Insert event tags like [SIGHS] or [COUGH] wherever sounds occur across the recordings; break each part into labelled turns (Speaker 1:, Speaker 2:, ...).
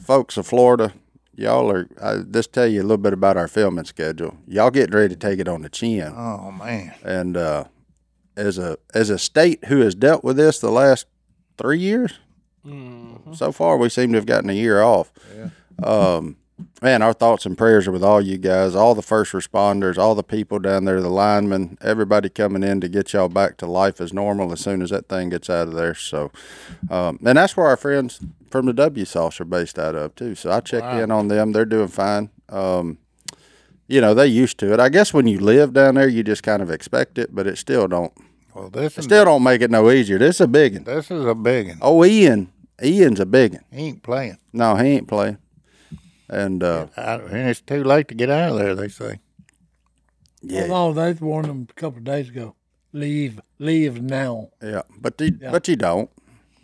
Speaker 1: folks of Florida, y'all are. I just tell you a little bit about our filming schedule. Y'all getting ready to take it on the chin.
Speaker 2: Oh man.
Speaker 1: And uh, as a as a state who has dealt with this the last three years,
Speaker 2: Mm-hmm.
Speaker 1: so far we seem to have gotten a year off. Um, man, our thoughts and prayers are with all you guys, all the first responders, all the people down there, the linemen, everybody coming in to get y'all back to life as normal as soon as that thing gets out of there. So, um, and that's where our friends from the W Sauce are based out of too. So I checked in on them; they're doing fine. Um, you know, they used to it. I guess when you live down there, you just kind of expect it, but it still don't
Speaker 2: Well, this is
Speaker 1: still don't make it no easier. This is a big one.
Speaker 2: this is a big one.
Speaker 1: Oh, Ian, Ian's a big one.
Speaker 2: He ain't playing.
Speaker 1: No, he ain't playing. And uh,
Speaker 2: I, and it's too late to get out of there. They say.
Speaker 1: yeah,
Speaker 3: Oh, they warned them a couple of days ago. Leave, leave now.
Speaker 1: yeah, but you, but you don't,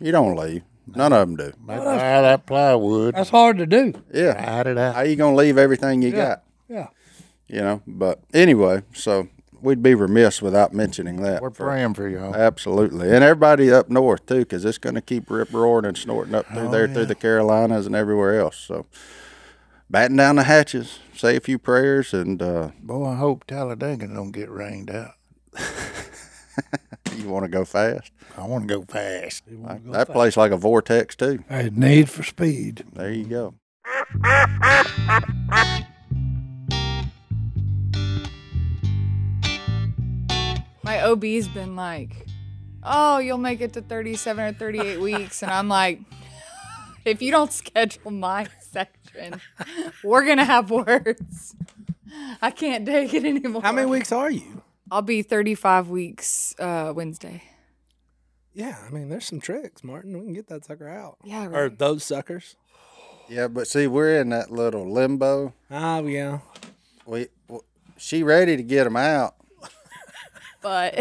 Speaker 1: you don't leave. None of them do.
Speaker 2: They buy that plywood.
Speaker 3: That's hard to do.
Speaker 1: Yeah,
Speaker 2: Hide it out.
Speaker 1: how you gonna leave everything you got?
Speaker 3: Yeah.
Speaker 1: You know. But anyway, so we'd be remiss without mentioning that.
Speaker 2: We're
Speaker 1: for-
Speaker 2: praying for y'all.
Speaker 1: Absolutely, and everybody up north too, because it's going to keep rip roaring and snorting up
Speaker 2: Oh,
Speaker 1: through there, through the Carolinas and everywhere else. So, batten down the hatches, say a few prayers, and uh,
Speaker 2: Boy, I hope Talladega don't get rained out.
Speaker 1: you want to go fast.
Speaker 2: I want to go fast.
Speaker 1: that place like a vortex too.
Speaker 3: Hey, need for speed.
Speaker 1: There
Speaker 2: [LAUGHS]
Speaker 1: you go.
Speaker 4: My OB's been like, "Oh, you'll make it to 37 or
Speaker 1: [LAUGHS]
Speaker 4: 38 weeks," and I'm like, [LAUGHS] "If you don't schedule my section, we're gonna have words. I can't take it anymore."
Speaker 5: How many weeks are you?
Speaker 4: I'll be 35 weeks uh, Wednesday.
Speaker 5: Yeah, I mean, there's some tricks, Martin. We can get that sucker out.
Speaker 4: Yeah,
Speaker 5: Or
Speaker 4: right.
Speaker 5: those suckers.
Speaker 1: Yeah, but see, we're in that little limbo.
Speaker 5: Oh, yeah.
Speaker 1: We, w she ready to get them out,
Speaker 4: but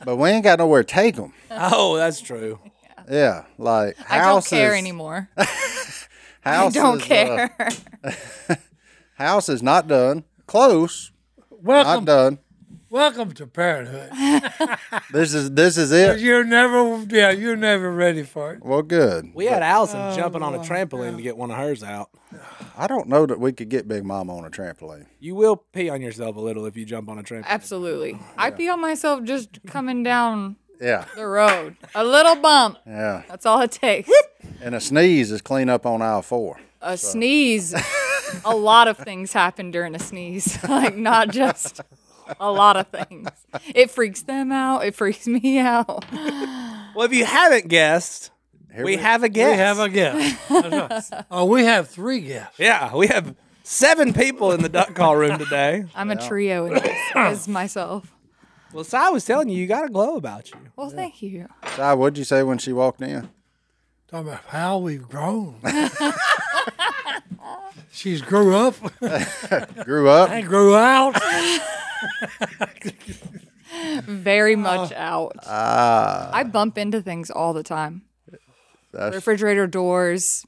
Speaker 4: [LAUGHS]
Speaker 1: but we ain't got nowhere to take them.
Speaker 5: [LAUGHS] Oh, that's true.
Speaker 1: Yeah, like
Speaker 4: I don't
Speaker 1: [LAUGHS] houses.
Speaker 4: care anymore. I
Speaker 1: House
Speaker 4: don't
Speaker 1: is, uh,
Speaker 4: care.
Speaker 1: house is not done. Close, not
Speaker 3: Welcome,
Speaker 1: done.
Speaker 3: welcome to parenthood.
Speaker 1: This is this is it.
Speaker 3: You're never, yeah, you're never ready for it.
Speaker 1: Well, good.
Speaker 5: We had Allison jumping on a trampoline to get one of hers out.
Speaker 1: I don't know that we could get Big Mama on a trampoline.
Speaker 5: You will pee on yourself a little if you jump on a trampoline.
Speaker 4: Absolutely. I pee on myself just coming down
Speaker 1: Yeah,
Speaker 4: the road. A little bump.
Speaker 1: yeah.
Speaker 4: That's all it takes.
Speaker 1: And a sneeze is clean up on aisle four.
Speaker 4: a sneeze a lot of things happen during a sneeze [LAUGHS] like not just a lot of things it freaks them out it freaks me out
Speaker 5: Well, if you haven't guessed, we, have a
Speaker 3: We
Speaker 5: guest.
Speaker 3: have a guest. That's right. Oh, we have three guests.
Speaker 5: yeah, we have seven people in the duck call room today. [LAUGHS]
Speaker 4: i'm a trio in this, as myself
Speaker 5: Well, Si was telling you, you got a glow about you.
Speaker 4: well thank you
Speaker 1: Si, what'd you say when she walked in?
Speaker 3: Talking about how we've grown. She's grew up
Speaker 1: Grew up.
Speaker 3: and grew out.
Speaker 4: very much out
Speaker 1: Ah,
Speaker 4: i bump into things all the time
Speaker 1: that's,
Speaker 4: refrigerator doors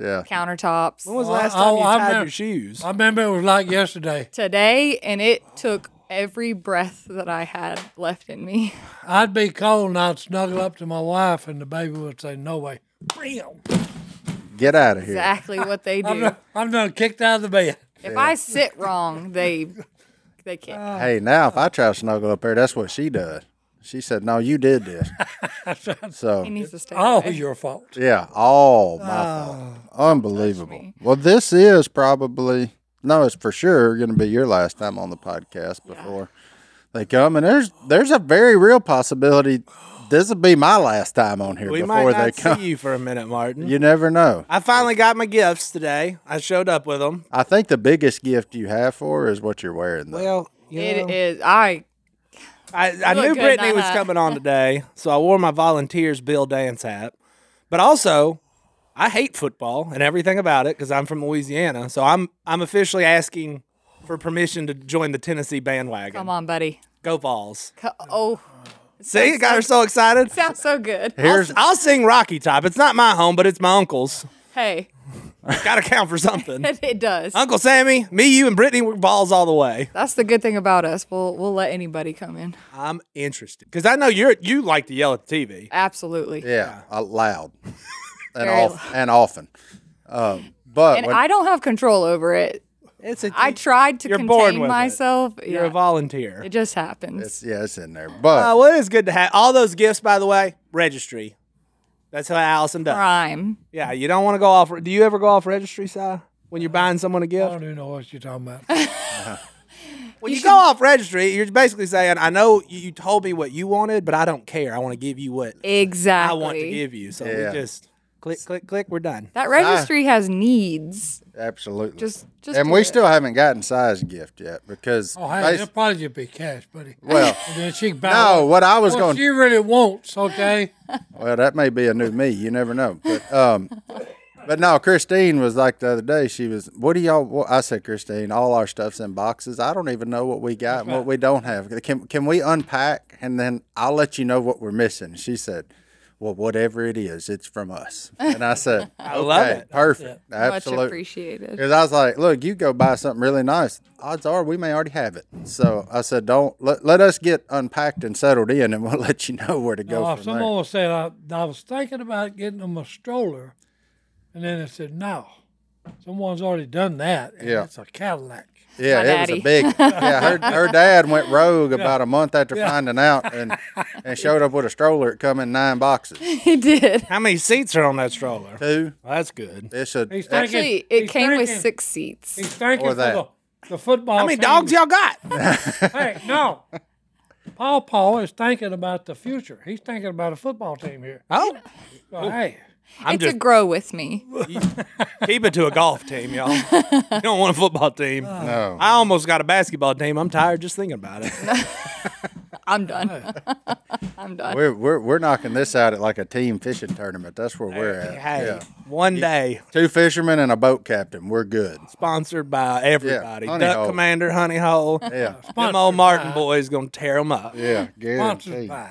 Speaker 1: yeah.
Speaker 4: countertops
Speaker 5: When was the
Speaker 3: Well,
Speaker 5: last
Speaker 3: I-
Speaker 5: time you
Speaker 3: oh, I
Speaker 5: tied
Speaker 3: remember-
Speaker 5: your shoes?
Speaker 3: I remember it was like yesterday.
Speaker 4: today and it took every breath that i had left in me
Speaker 3: I'd be cold and I'd snuggle up to my wife, and the baby would say, No way. Bam.
Speaker 1: Get out of here.
Speaker 4: exactly what they
Speaker 3: I'm
Speaker 4: do
Speaker 3: done, I'm done kicked out of the bed.
Speaker 4: if i sit wrong they they kick
Speaker 1: Hey, now if I try to snuggle up there, that's what she does. She said, "No, you did
Speaker 4: [LAUGHS]
Speaker 1: this."
Speaker 4: He
Speaker 1: so
Speaker 4: needs to stay.
Speaker 5: Oh,
Speaker 3: All
Speaker 4: away.
Speaker 3: Oh, your fault.
Speaker 1: yeah, all my fault. Unbelievable. Well, this is probably no, it's for sure going to be your last time on the podcast before they come. And there's there's a very real possibility this will be my last time on here
Speaker 5: We might
Speaker 1: before they
Speaker 5: not
Speaker 1: come.
Speaker 5: see you for a minute, Martin.
Speaker 1: You never know.
Speaker 5: I finally got my gifts today. I showed up with them.
Speaker 1: I think the biggest gift you have for her is what you're wearing. Though.
Speaker 5: Well, you
Speaker 4: It
Speaker 5: know,
Speaker 4: is. I
Speaker 5: I, I
Speaker 4: look
Speaker 5: knew
Speaker 4: good,
Speaker 5: Brittany
Speaker 4: [LAUGHS]
Speaker 5: was
Speaker 4: Nana.
Speaker 5: coming on today, so I wore my volunteers Bill Dance hat. But also, I hate football and everything about it because I'm from Louisiana. So I'm I'm officially asking for permission to join the Tennessee bandwagon.
Speaker 4: Come on, buddy.
Speaker 5: Go balls!
Speaker 4: Co- oh,
Speaker 5: See, it got her so excited. [LAUGHS]
Speaker 4: sounds so good.
Speaker 1: Here's
Speaker 5: I'll sing Rocky Top. It's not my home, but it's my uncle's.
Speaker 4: Hey, [LAUGHS]
Speaker 5: Got to count for something.
Speaker 4: it does.
Speaker 5: Uncle Sammy, me, you, and Brittany were balls all the way.
Speaker 4: That's the good thing about us. We'll we'll let anybody come in.
Speaker 5: I'm interested because I know you're you like to yell at the TV.
Speaker 4: Absolutely.
Speaker 1: yeah, uh, loud and
Speaker 4: Very
Speaker 1: off and often. Um, but
Speaker 4: And
Speaker 1: when-
Speaker 4: I don't have control over it.
Speaker 5: It's a
Speaker 4: I tried to
Speaker 5: You're born
Speaker 4: contain
Speaker 5: with it.
Speaker 4: myself.
Speaker 5: You're
Speaker 4: Yeah.
Speaker 5: a volunteer.
Speaker 4: it just happens.
Speaker 1: it's, yeah, it's in there. But
Speaker 5: Uh, well, it is good to have all those gifts. By the way, registry. That's how Allison does.
Speaker 4: Crime.
Speaker 5: Yeah, you don't want to go off. Do you ever go off registry, Si? When you're buying someone a
Speaker 3: I
Speaker 5: gift,
Speaker 3: don't even know what you're talking about.
Speaker 5: when you, go off registry, you're basically saying, "I know you, you told me what you wanted, but I don't care. I want to give you what I
Speaker 4: Exactly.
Speaker 5: want to give you." So
Speaker 1: Yeah.
Speaker 5: we just click, click, click. We're done.
Speaker 4: That registry has needs.
Speaker 1: absolutely,
Speaker 4: Just just
Speaker 1: and
Speaker 4: do
Speaker 1: we
Speaker 4: it.
Speaker 1: still haven't gotten size gift yet because
Speaker 3: Oh, hey,
Speaker 1: basi-
Speaker 3: it'll probably just be cash, buddy.
Speaker 1: well,
Speaker 3: And then she can buy
Speaker 1: no, what I was
Speaker 3: what
Speaker 1: going
Speaker 3: she really wants, okay?
Speaker 1: Well, that may be a new me. You never know. But um, but no, Christine was like the other day. She was, "What do y'all?" Well, I said, "Christine, all our stuff's in boxes. I don't even know what we got and what we don't have. Can can we unpack and then I'll let you know what we're missing?" She said. Well, whatever it is, it's from us. And I said, I
Speaker 5: love it.
Speaker 1: Perfect.
Speaker 4: Much
Speaker 1: Absolutely.
Speaker 4: appreciated.
Speaker 1: Because I was like, look, you go buy something really nice. Odds are we may already have it. So I said, don't let, let us get unpacked and settled in, and we'll [LAUGHS] let you know where to go
Speaker 3: Now, Oh, if
Speaker 1: from
Speaker 3: someone
Speaker 1: there.
Speaker 3: was saying, I, I was thinking about getting them a stroller, and then they said, no, someone's already done that, and
Speaker 1: Yeah.
Speaker 3: it's a Cadillac.
Speaker 1: Yeah,
Speaker 4: My
Speaker 1: it was
Speaker 4: daddy.
Speaker 1: a big. Yeah, her, her dad went rogue about a month after finding out, and and showed up with a stroller. It come in nine boxes.
Speaker 4: [LAUGHS] He did.
Speaker 5: How many seats are on that stroller?
Speaker 1: Two.
Speaker 5: Well, that's good.
Speaker 1: It's a.
Speaker 3: He's thinking,
Speaker 4: Actually, it
Speaker 3: he's
Speaker 4: came with
Speaker 3: thinking-
Speaker 4: six seats.
Speaker 3: He's thanking
Speaker 1: Or
Speaker 3: for the,
Speaker 1: that.
Speaker 3: the football
Speaker 5: How many
Speaker 3: team.
Speaker 5: dogs
Speaker 1: [LAUGHS]
Speaker 5: y'all got?
Speaker 3: Hey, no. Paul Paul is thinking about the future. He's thinking about a football team here.
Speaker 5: Oh,
Speaker 3: So, hey,
Speaker 5: I'm
Speaker 4: it's
Speaker 5: just
Speaker 4: a grow with me.
Speaker 5: keep it to a golf team, y'all. You don't want a football team.
Speaker 1: No.
Speaker 5: I almost got a basketball team. I'm tired just thinking about it.
Speaker 4: I'm
Speaker 5: [LAUGHS]
Speaker 4: done. I'm done.
Speaker 1: We're, we're we're knocking this out at like a team fishing tournament. That's where we're at.
Speaker 5: Hey,
Speaker 1: Yeah.
Speaker 5: one day
Speaker 1: Two fishermen and a boat captain. We're good.
Speaker 5: sponsored by everybody.
Speaker 1: Honey
Speaker 5: Duck
Speaker 1: Hole.
Speaker 5: Commander, Honey Hole.
Speaker 1: Yeah.
Speaker 5: Them old Martin boys gonna tear them up.
Speaker 1: Yeah.
Speaker 3: sponsored
Speaker 1: Guaranteed.
Speaker 3: by.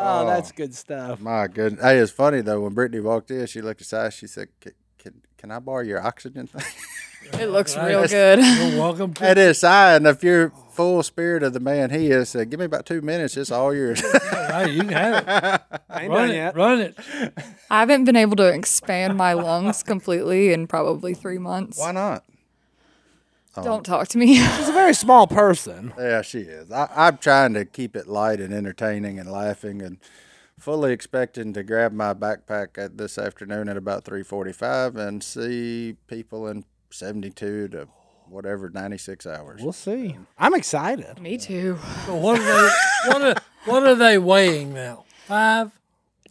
Speaker 5: Oh, that's good stuff.
Speaker 1: My goodness. Hey, it's funny though. When Brittany walked in, she looked aside. She said, "Can can, can I borrow your oxygen thing?"
Speaker 4: It looks real good.
Speaker 3: You're welcome to
Speaker 1: That is sign. If you're full spirit of the man he is, said, "Give me about two minutes. It's all yours."
Speaker 3: [LAUGHS] Hey, you can have it.
Speaker 5: I ain't
Speaker 3: Run
Speaker 5: done
Speaker 3: it.
Speaker 5: yet.
Speaker 3: Run it.
Speaker 4: I haven't been able to expand my lungs completely in probably three months.
Speaker 1: Why not?
Speaker 4: Don't talk to me. [LAUGHS]
Speaker 5: She's a very small person.
Speaker 1: Yeah, she is. I, I'm trying to keep it light and entertaining and laughing and fully expecting to grab my backpack at this afternoon at about 3:45 and see people in 72 to whatever 96 hours.
Speaker 5: We'll see. I'm excited.
Speaker 4: me too.
Speaker 3: So what are they? What are, what are they weighing now? Five.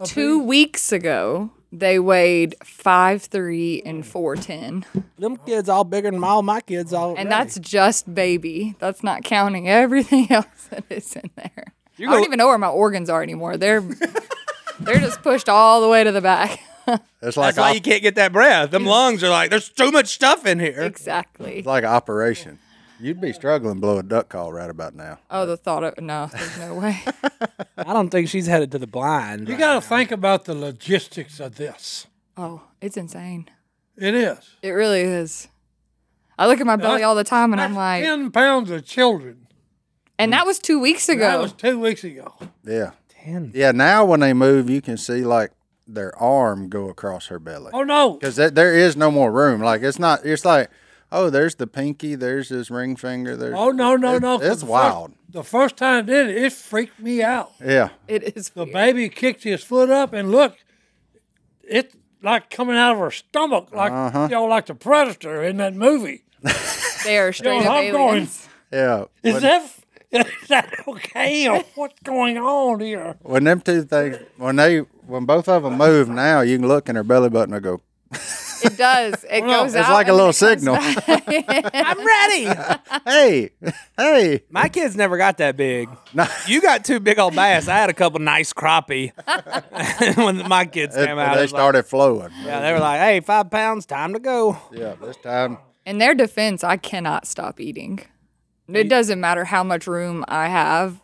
Speaker 4: Two weeks ago, they weighed five three and four ten,
Speaker 5: Them kids all bigger than all my kids all.
Speaker 4: and that's just baby. That's not counting everything [LAUGHS] else that is in there. I
Speaker 5: go-
Speaker 4: don't even know where my organs are anymore. They're [LAUGHS] they're just pushed all the way to the back. [LAUGHS]
Speaker 1: It's like
Speaker 5: that's why
Speaker 1: op-
Speaker 5: you can't get that breath. Them lungs are like, there's too much stuff in [LAUGHS] here.
Speaker 4: exactly.
Speaker 1: it's like an operation. You'd be struggling to blow a duck call right about now.
Speaker 4: Oh, the thought of no, there's no way. [LAUGHS]
Speaker 5: I don't think she's headed to the blind.
Speaker 3: You got to think about the logistics of this.
Speaker 4: Oh, it's insane.
Speaker 3: It is.
Speaker 4: It really is. I look at my belly all the time, and I'm like,
Speaker 3: ten pounds of children.
Speaker 4: and that was two weeks ago.
Speaker 3: That was two weeks ago.
Speaker 1: Yeah.
Speaker 5: Ten.
Speaker 1: Yeah, now when they move, you can see like their arm go across her belly.
Speaker 3: Oh no!
Speaker 1: because there, there is no more room. Like it's not. It's like, oh, there's the pinky. There's his ring finger. There's
Speaker 3: Oh no! No
Speaker 1: it-
Speaker 3: no!
Speaker 1: It's
Speaker 3: The fir-
Speaker 1: wild.
Speaker 3: the first time I did it, it freaked me out.
Speaker 1: Yeah,
Speaker 4: [LAUGHS] it is.
Speaker 3: The
Speaker 4: weird.
Speaker 3: baby kicked his foot up, and look, it's like coming out of her stomach, like you know, like the predator in that movie.
Speaker 4: They are straight
Speaker 3: Yo,
Speaker 4: up
Speaker 3: I'm going-
Speaker 4: aliens.
Speaker 1: yeah.
Speaker 3: Is
Speaker 1: When,
Speaker 3: that [LAUGHS] is that okay? Or what's going on here?
Speaker 1: when them two things, when they, when both of them move now, you can look and her belly button will go.
Speaker 4: It does. It
Speaker 3: Well,
Speaker 4: goes out.
Speaker 1: it's like a
Speaker 4: and
Speaker 1: little
Speaker 4: then it comes back.
Speaker 5: I'm
Speaker 1: [LAUGHS]
Speaker 5: ready.
Speaker 1: hey, hey.
Speaker 5: My kids never got
Speaker 1: [LAUGHS]
Speaker 5: that big. You got two big old bass. I had a couple nice crappie [LAUGHS] when my kids
Speaker 1: It-
Speaker 5: came out. it
Speaker 1: they
Speaker 5: was like-
Speaker 1: started flowing.
Speaker 5: yeah, they were like, "Hey, five pounds, time to go."
Speaker 1: Yeah, this time.
Speaker 4: In their defense, I cannot stop eating. It doesn't matter how much room I have.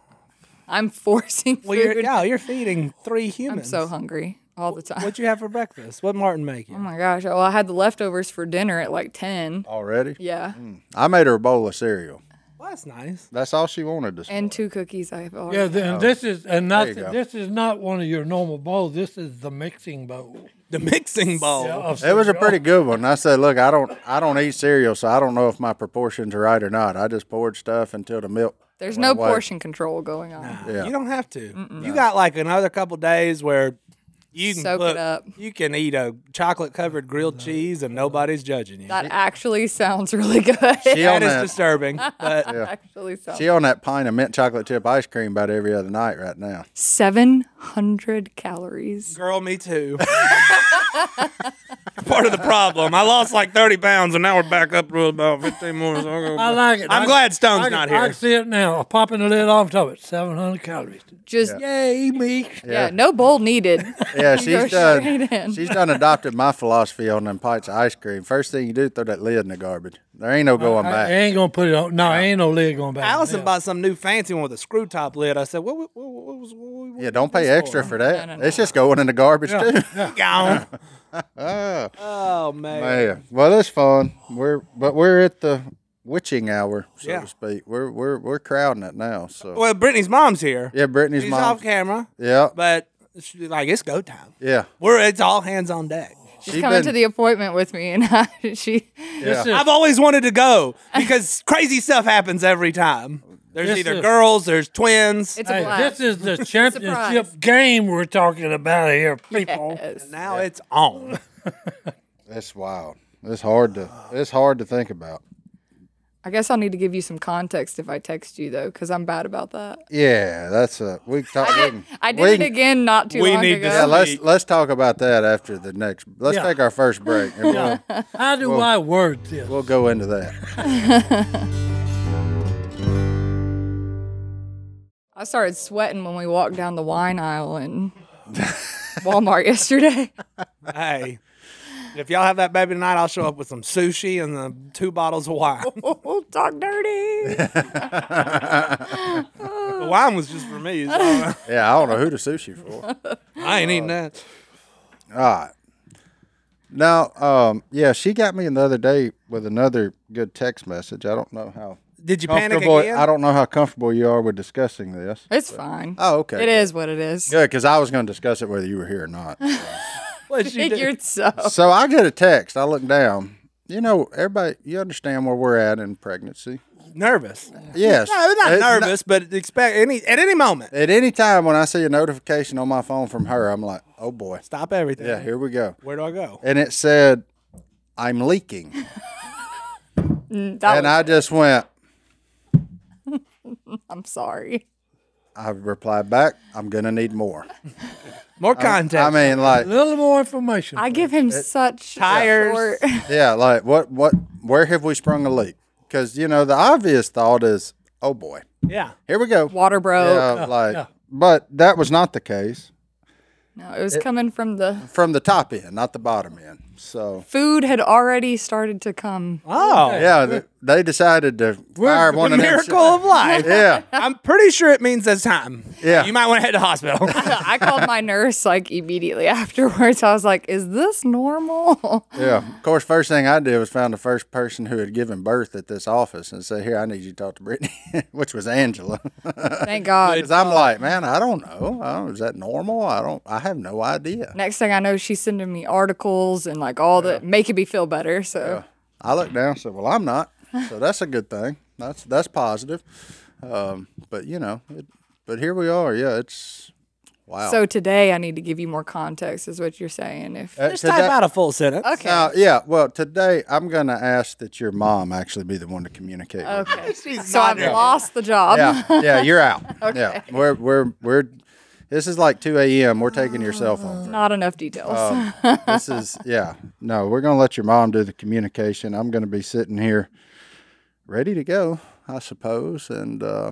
Speaker 4: I'm [LAUGHS] forcing
Speaker 5: Well,
Speaker 4: food.
Speaker 5: you're, yeah, you're feeding three humans.
Speaker 4: I'm so hungry all the time.
Speaker 5: What'd you have for breakfast? What Martin make
Speaker 4: Oh
Speaker 5: you?
Speaker 4: my gosh. Well, I had the leftovers for dinner at like 10.
Speaker 1: Already?
Speaker 4: Yeah.
Speaker 1: I made her a bowl of cereal.
Speaker 5: Well, that's nice.
Speaker 1: That's all she wanted this
Speaker 4: And two cookies I've already.
Speaker 3: Yeah, then this is and not
Speaker 1: oh. you go.
Speaker 3: this is not one of your normal bowls. This is the mixing bowl.
Speaker 5: The mixing bowl.
Speaker 3: Yeah, of
Speaker 1: It was a
Speaker 3: cereal.
Speaker 1: pretty good one. I said, "Look, I don't, I don't eat cereal, so I don't know if my proportions are right or not. I just poured stuff until the milk."
Speaker 4: There's no
Speaker 1: went away.
Speaker 4: portion control going on.
Speaker 1: Yeah.
Speaker 5: You don't have to. You got like another couple days where you can
Speaker 4: Soak it
Speaker 5: put-
Speaker 4: up.
Speaker 5: You can eat a chocolate covered grilled cheese and nobody's judging you.
Speaker 4: That actually sounds really [LAUGHS] good.
Speaker 1: She on
Speaker 5: that is
Speaker 1: that,
Speaker 5: disturbing, but
Speaker 4: actually sounds.
Speaker 1: she on that pint of mint chocolate chip ice cream about every other night right
Speaker 4: [LAUGHS]
Speaker 1: now.
Speaker 4: 700 calories.
Speaker 5: girl, me
Speaker 4: [LAUGHS]
Speaker 5: too. Part of the problem. I lost like thirty pounds, and now we're back up to about fifteen more. So I'll go-
Speaker 3: I like it.
Speaker 5: I'm
Speaker 3: I-
Speaker 5: glad Stone's
Speaker 3: I,
Speaker 5: not
Speaker 3: I
Speaker 5: here.
Speaker 3: can see it now. I'm popping the lid off top. It's 700 calories.
Speaker 4: Just, yeah,
Speaker 3: Yay, me.
Speaker 4: no bowl
Speaker 1: [LAUGHS]
Speaker 4: needed. [LAUGHS]
Speaker 1: Yeah,
Speaker 4: Go
Speaker 1: she's
Speaker 4: straight in.
Speaker 1: done. She's done adopted my philosophy on them pints of ice cream. First thing you do, throw that lid in the garbage. There ain't no going
Speaker 3: I, I
Speaker 1: back.
Speaker 3: ain't going to put it on. No, I ain't no lid going back.
Speaker 5: Allison bought some new fancy one with a screw top lid. I said, "What? What? What, what was? What, what,
Speaker 1: Yeah, don't pay extra for that. It's just going in the garbage too. [LAUGHS]
Speaker 5: Gone. [LAUGHS] oh man.
Speaker 1: Man, well, that's fun. We're but we're at the witching hour, so
Speaker 5: Yeah.
Speaker 1: to speak. We're we're we're crowding it now. So
Speaker 5: Well, Brittany's mom's here.
Speaker 1: yeah, Brittany's
Speaker 5: she's
Speaker 1: mom.
Speaker 5: off camera,
Speaker 1: Yeah,
Speaker 5: but she's like it's go time.
Speaker 1: yeah.
Speaker 5: We're it's all hands on deck.
Speaker 4: She's coming
Speaker 1: been-
Speaker 4: to the appointment with me, and [LAUGHS] I, she,
Speaker 3: This is-
Speaker 5: I've always wanted to go because [LAUGHS] crazy stuff happens every time. There's
Speaker 3: Yes,
Speaker 5: either
Speaker 3: sir.
Speaker 5: girls, there's twins.
Speaker 4: it's a
Speaker 3: Hey,
Speaker 4: blast.
Speaker 3: this is the championship game we're talking about here,
Speaker 4: [LAUGHS]
Speaker 3: people.
Speaker 4: Yes.
Speaker 5: now it's on.
Speaker 1: That's wild. It's hard to
Speaker 5: Uh,
Speaker 1: it's hard to think about.
Speaker 4: I guess I'll need to give you some context if I text you though, because I'm bad about that.
Speaker 1: Yeah, that's a we can talk. we
Speaker 5: [LAUGHS]
Speaker 1: can,
Speaker 4: I did
Speaker 1: we
Speaker 4: it
Speaker 1: can-
Speaker 4: again not too
Speaker 5: we
Speaker 4: long
Speaker 5: need
Speaker 4: ago.
Speaker 5: to
Speaker 1: Yeah, let's
Speaker 5: Sweet.
Speaker 1: let's talk about that after the next. Let's
Speaker 3: Yeah.
Speaker 1: take our first break and we'll,
Speaker 3: How do I word this?
Speaker 1: we'll go into that.
Speaker 4: I started sweating when we walked down the wine aisle in [LAUGHS] Walmart yesterday.
Speaker 5: hey, if y'all have that baby tonight, I'll show up with some sushi and uh, two bottles of [LAUGHS] wine.
Speaker 4: Oh, talk dirty.
Speaker 5: the wine was just for me. so
Speaker 1: Yeah, I don't know who to sushi for.
Speaker 5: [LAUGHS] I ain't eating that.
Speaker 1: Now, um, yeah, she got me the other day with another good text message. I don't know how
Speaker 5: Did you panic
Speaker 1: comfortable.
Speaker 5: again?
Speaker 1: I don't know how comfortable you are with discussing this.
Speaker 4: It's fine.
Speaker 1: Oh, okay.
Speaker 4: It is what it is.
Speaker 1: Good, because I was going to discuss it whether you were here or not.
Speaker 5: What'd you do?
Speaker 4: Figured so.
Speaker 1: so I get a text. I look down. You know, everybody, you understand where we're at in pregnancy.
Speaker 5: nervous.
Speaker 1: Yes.
Speaker 5: [LAUGHS] No, not
Speaker 1: It-
Speaker 5: nervous, but expect any at any moment.
Speaker 1: At any time when I see a notification on my phone from her, I'm like, oh boy.
Speaker 5: Stop everything.
Speaker 1: Yeah, here we go.
Speaker 5: Where do I go?
Speaker 1: And it said, I'm leaking.
Speaker 5: Oh.
Speaker 4: That
Speaker 1: And
Speaker 4: was-
Speaker 1: I just went,
Speaker 4: I'm sorry.
Speaker 1: I replied back, I'm going to need more.
Speaker 5: More context.
Speaker 1: I mean, like,
Speaker 5: [LAUGHS]
Speaker 3: A little more information.
Speaker 4: I give him such
Speaker 5: Tires.
Speaker 4: short-
Speaker 1: Yeah, like what what where have we sprung a leak? Because you know the obvious thought is, oh boy,
Speaker 5: yeah.
Speaker 1: here we go.
Speaker 4: water broke.
Speaker 5: [LAUGHS]
Speaker 1: Yeah, like, but that was not the case
Speaker 4: No, it was coming from the
Speaker 1: from the top end, not the bottom end. So
Speaker 4: food had already started to come.
Speaker 5: Oh,
Speaker 1: yeah, th- they decided to fire one
Speaker 5: the
Speaker 1: of them.
Speaker 5: miracle of
Speaker 1: [LAUGHS]
Speaker 5: life.
Speaker 1: Yeah,
Speaker 5: I'm pretty sure it means it's time.
Speaker 1: Yeah.
Speaker 5: You might want to head
Speaker 1: [LAUGHS]
Speaker 5: to hospital.
Speaker 4: I called my nurse like immediately afterwards. I was like, "Is this normal?" [LAUGHS]
Speaker 1: yeah. Of course, first thing I did was found the first person who had given birth at this office and said, "Here, I need you to talk to Brittany," [LAUGHS] which was Angela.
Speaker 4: Thank God.
Speaker 1: Because I'm like, man, I don't know. I don't, is that normal? I don't. I have no idea.
Speaker 4: Next thing I know, she's sending me articles and like all the making me feel better. So
Speaker 1: I looked down and said, "Well, I'm not." So that's a good thing. That's that's positive. Um, but you know, it, but here we are. Yeah, it's wow.
Speaker 4: so today I need to give you more context, is what you're saying. If
Speaker 1: Uh,
Speaker 5: Just
Speaker 1: today-
Speaker 5: type out a full sentence.
Speaker 4: okay,
Speaker 1: now, Uh, yeah. Well, today I'm gonna ask that your mom actually be the one to communicate. with [LAUGHS] me.
Speaker 4: okay. so I've lost the job.
Speaker 1: Yeah, yeah, you're out. Yeah, we're we're we're. This is like 2 a.m. We're taking your cell phone.
Speaker 4: [LAUGHS] Not enough details.
Speaker 1: Oh. this is yeah. No, we're gonna let your mom do the communication. I'm gonna be sitting here, ready to go, I suppose. And uh,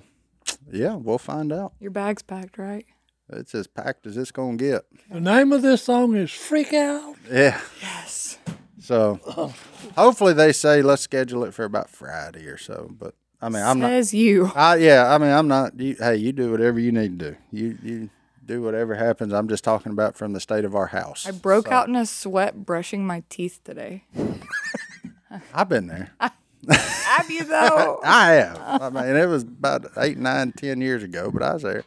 Speaker 1: yeah, we'll find out.
Speaker 4: Your bag's packed, right?
Speaker 1: It's as packed as it's gonna get.
Speaker 3: The name of this song is Freak Out.
Speaker 1: Yeah. Yes. So hopefully they say let's schedule it for about Friday or so. But I mean, I'm not. [LAUGHS]
Speaker 4: Says you.
Speaker 1: I yeah. I mean, I'm not. You, hey, you do whatever you need to do. You you. Do whatever happens. I'm just talking about from the state of our house.
Speaker 4: I broke out in a sweat brushing my teeth today.
Speaker 1: I've been there.
Speaker 4: Have you though?
Speaker 1: [LAUGHS] I have. I mean, it was about eight, nine, ten years ago, but I was there.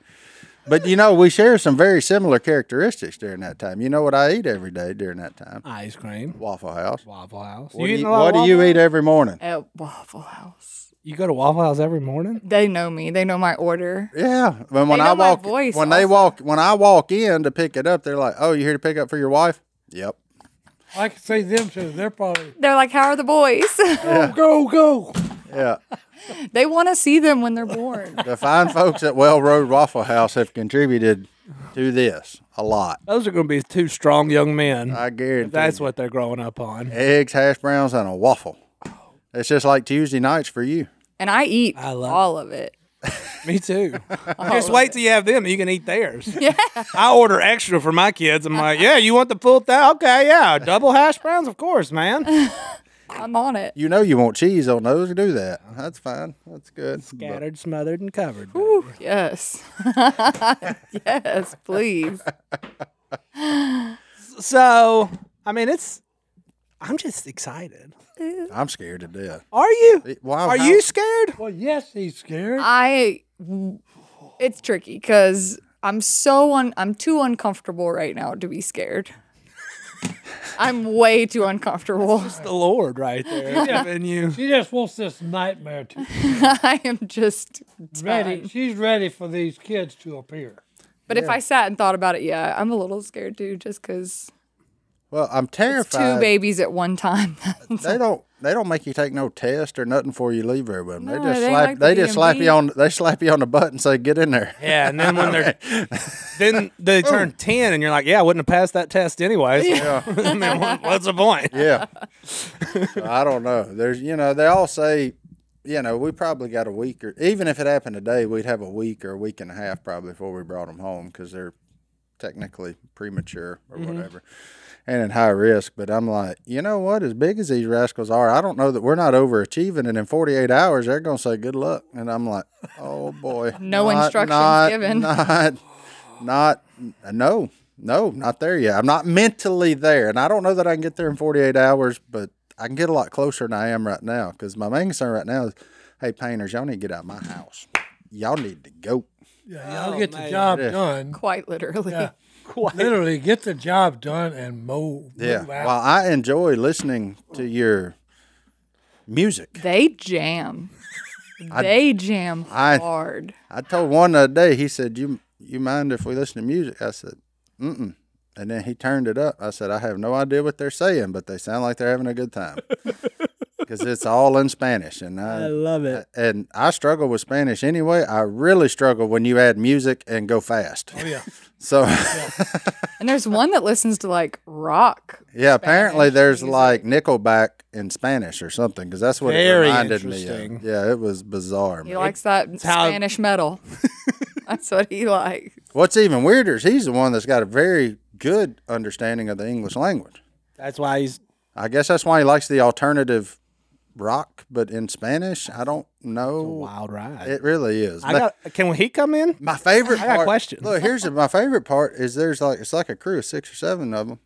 Speaker 1: But you know, we share some very similar characteristics during that time. You know what I eat every day during that time?
Speaker 3: Ice cream.
Speaker 1: Waffle House.
Speaker 3: Waffle House.
Speaker 1: What,
Speaker 5: You
Speaker 1: do
Speaker 5: eating
Speaker 1: you,
Speaker 5: a lot
Speaker 1: what
Speaker 5: of
Speaker 1: do you
Speaker 5: Waffle
Speaker 1: eat every morning?
Speaker 4: At Waffle House.
Speaker 5: You go to Waffle House every morning?
Speaker 4: They know me. They know my order.
Speaker 1: Yeah. When, when
Speaker 4: They
Speaker 1: I
Speaker 4: know my
Speaker 1: walk
Speaker 4: voice
Speaker 1: when they
Speaker 4: also.
Speaker 1: walk when I walk in to pick it up, they're like, "Oh, you here to pick up for your wife?" Yep.
Speaker 3: I can see them too. They're probably
Speaker 4: They're like, "How are the boys?" [LAUGHS]
Speaker 3: go go.
Speaker 1: Yeah.
Speaker 4: they want to see them when they're born.
Speaker 1: the fine folks at Well Road Waffle House have contributed to this a lot.
Speaker 5: Those are going to be two strong young men.
Speaker 1: I guarantee.
Speaker 5: That's what they're growing up on.
Speaker 1: Eggs, hash browns, and a waffle. It's just like Tuesday nights for you.
Speaker 4: And I eat
Speaker 5: I love
Speaker 4: all of it.
Speaker 5: Me [LAUGHS] too.
Speaker 4: All
Speaker 5: Just
Speaker 4: of
Speaker 5: wait till you have them. You can eat theirs. [LAUGHS] Yeah. I order extra for my kids. I'm like, yeah, you want the full thing? Okay, yeah. Double hash browns, of course, [LAUGHS] man.
Speaker 4: it. I'm on it.
Speaker 1: You know you want cheese on those. Do that. That's fine. That's good. But-
Speaker 5: Scattered, smothered, and covered.
Speaker 4: Whew, yes. [LAUGHS] yes, please.
Speaker 5: So, I mean, it's. I'm just excited.
Speaker 1: I'm scared to death.
Speaker 5: Are you?
Speaker 1: It- Wow,
Speaker 5: Are
Speaker 1: how-
Speaker 5: you scared?
Speaker 3: Well, yes, he's scared.
Speaker 4: I it's tricky cuz I'm so un, I'm too uncomfortable right now to be scared. I'm way too uncomfortable. [LAUGHS]
Speaker 5: It's the Lord right [LAUGHS] there giving you.
Speaker 3: She just wants this nightmare to
Speaker 4: I am just
Speaker 3: ready.
Speaker 4: ready.
Speaker 3: She's ready for these kids to appear.
Speaker 4: But if I sat and thought about it, yeah, I'm a little scared too just cuz
Speaker 1: Well, I'm terrified.
Speaker 4: two babies at one time. [LAUGHS]
Speaker 1: They don't. They don't make you take no test or nothing before you leave there with them.
Speaker 4: No,
Speaker 1: they just
Speaker 4: it ain't
Speaker 1: slap.
Speaker 4: like the
Speaker 1: they just slap
Speaker 4: DMV.
Speaker 1: you on. They slap you on the butt and say, "Get in there."
Speaker 5: Yeah, and then when [LAUGHS] they're then they turn ten, and you're like, yeah, I wouldn't have passed that test anyways. Oh. Yeah. [LAUGHS] I mean, what- what's the point?
Speaker 1: Yeah. So I don't know. There's. You know. They all say. You know, we probably got a week or even if it happened today, we'd have a week or a week and a half probably before we brought them home because they're technically premature or
Speaker 4: Mm-hmm.
Speaker 1: whatever and in high risk. But I'm like, you know what? As big as these rascals are, I don't know that we're not overachieving. And in 48 hours, they're going to say good luck. And I'm like, oh boy.
Speaker 4: [LAUGHS] No
Speaker 1: Not-
Speaker 4: instructions
Speaker 1: not-
Speaker 4: given.
Speaker 1: Not, not, no, no, not there yet. I'm not mentally there. And I don't know that I can get there in 48 hours, but I can get a lot closer than I am right now. Because my main concern right now is, hey, painters, y'all need to get out of my house. Y'all need to go.
Speaker 3: Yeah, I'll get the job done.
Speaker 4: Quite literally.
Speaker 3: Yeah. Literally, get the job done and move.
Speaker 1: Yeah.
Speaker 3: move out.
Speaker 1: Well, I enjoy listening to your music.
Speaker 4: They jam. they jam
Speaker 1: I-
Speaker 4: hard.
Speaker 1: I told one the other day, he said, You you mind if we listen to music? I said, Mm mm. And then he turned it up. I said, I have no idea what they're saying, but they sound like they're having a good time. Because it's all in Spanish. And I,
Speaker 5: love it.
Speaker 1: and I struggle with Spanish anyway. I really struggle when you add music and go fast.
Speaker 3: Oh, yeah.
Speaker 1: [LAUGHS] So
Speaker 4: And there's one that listens to like rock.
Speaker 1: yeah, apparently
Speaker 4: Spanish
Speaker 1: there's
Speaker 4: music.
Speaker 1: like Nickelback in Spanish or something because that's what
Speaker 5: Very
Speaker 1: it reminded me
Speaker 5: interesting.
Speaker 1: of. Yeah, it was bizarre.
Speaker 4: He
Speaker 1: man.
Speaker 4: likes that
Speaker 5: how-
Speaker 4: Spanish
Speaker 5: [LAUGHS]
Speaker 4: metal. That's what he likes.
Speaker 1: What's even weirder is he's the one that's got a very good understanding of the English language.
Speaker 5: [LAUGHS] That's why he's
Speaker 1: I guess that's why he likes the alternative rock, but in Spanish, I don't know.
Speaker 5: wild ride.
Speaker 1: It really is.
Speaker 5: I
Speaker 1: But
Speaker 5: got. Can he come in?
Speaker 1: my favorite
Speaker 5: I got a
Speaker 1: part-
Speaker 5: question.
Speaker 1: Look, here's the- my favorite part is there's like it's like a crew of six or seven of them,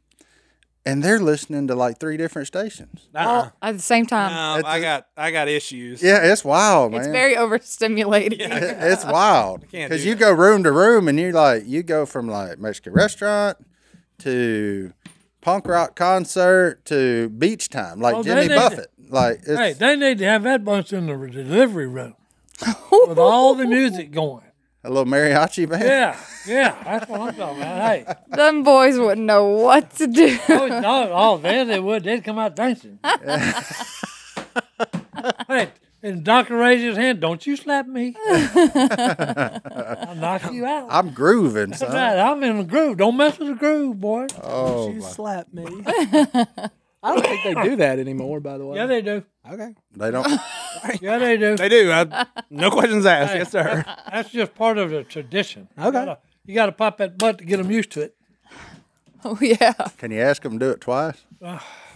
Speaker 1: and they're listening to like three different stations.
Speaker 5: uh
Speaker 4: At the same time,
Speaker 5: Um, I got. I got issues.
Speaker 1: Yeah, it's wild, man.
Speaker 4: it's very overstimulating.
Speaker 1: [LAUGHS] it's wild
Speaker 5: can't
Speaker 1: because
Speaker 5: do
Speaker 1: you go room to room and you like you go from like Mexican restaurant to punk rock concert to beach time like
Speaker 3: Oh, they
Speaker 1: Jimmy
Speaker 3: need to-
Speaker 1: Buffett like it's,
Speaker 3: Hey, they need to have that bunch in the re- delivery room with all the music going.
Speaker 1: a little
Speaker 5: [LAUGHS]
Speaker 1: mariachi band
Speaker 3: Yeah, yeah, that's what I'm talking about. Hey,
Speaker 4: [LAUGHS] Them boys wouldn't know what to do. [LAUGHS]
Speaker 3: oh, no, oh, there they would. They'd come out dancing. hey, And the doctor raised his hand, don't you slap
Speaker 1: [LAUGHS]
Speaker 3: me. I'll knock you out.
Speaker 1: I'm grooving,
Speaker 3: That's
Speaker 5: [LAUGHS]
Speaker 1: son.
Speaker 3: right. I'm in the groove. Don't mess with the groove, boy.
Speaker 1: Oh,
Speaker 5: You
Speaker 1: my-
Speaker 5: slapped [LAUGHS] me. I don't think they do that anymore, by the way.
Speaker 3: Yeah, they do.
Speaker 5: okay.
Speaker 1: they don't.
Speaker 3: Yeah, they do.
Speaker 5: They do. I, no questions asked. Yes, sir.
Speaker 3: That's just part of the tradition. You
Speaker 5: Okay.
Speaker 3: gotta- You got to pop that butt to get them used to it.
Speaker 4: Oh yeah.
Speaker 1: Can you ask them to do it twice?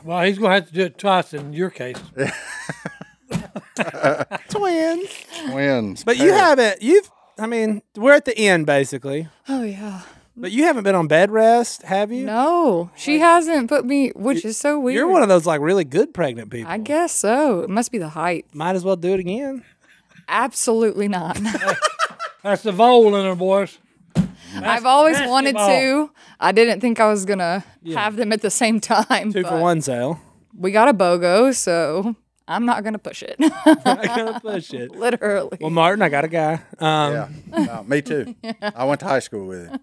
Speaker 3: Well, he's going to have to do it twice in your case.
Speaker 5: [LAUGHS] Twins.
Speaker 1: Twins.
Speaker 5: But you haven't. You've. I mean, we're at the end basically.
Speaker 4: Oh yeah.
Speaker 5: But you haven't been on bed rest, have you?
Speaker 4: No, she hasn't put me, which is so weird.
Speaker 5: You're one of those like really good pregnant people.
Speaker 4: I guess so. It must be the height.
Speaker 5: Might as well do it again.
Speaker 4: Absolutely
Speaker 5: [LAUGHS]
Speaker 4: not.
Speaker 3: That's the vole in there, boys.
Speaker 4: I've always wanted
Speaker 3: basketball.
Speaker 4: to. I didn't think I was gonna have them at the same [LAUGHS] time.
Speaker 5: Two
Speaker 4: but
Speaker 5: for one sale.
Speaker 4: We got a BOGO, so I'm not gonna push it. [LAUGHS]
Speaker 5: I gotta push it.
Speaker 4: Literally.
Speaker 5: Well, Martin, I got a guy. Um,
Speaker 1: Yeah, no, me
Speaker 5: [LAUGHS]
Speaker 1: too. I went to high school with him.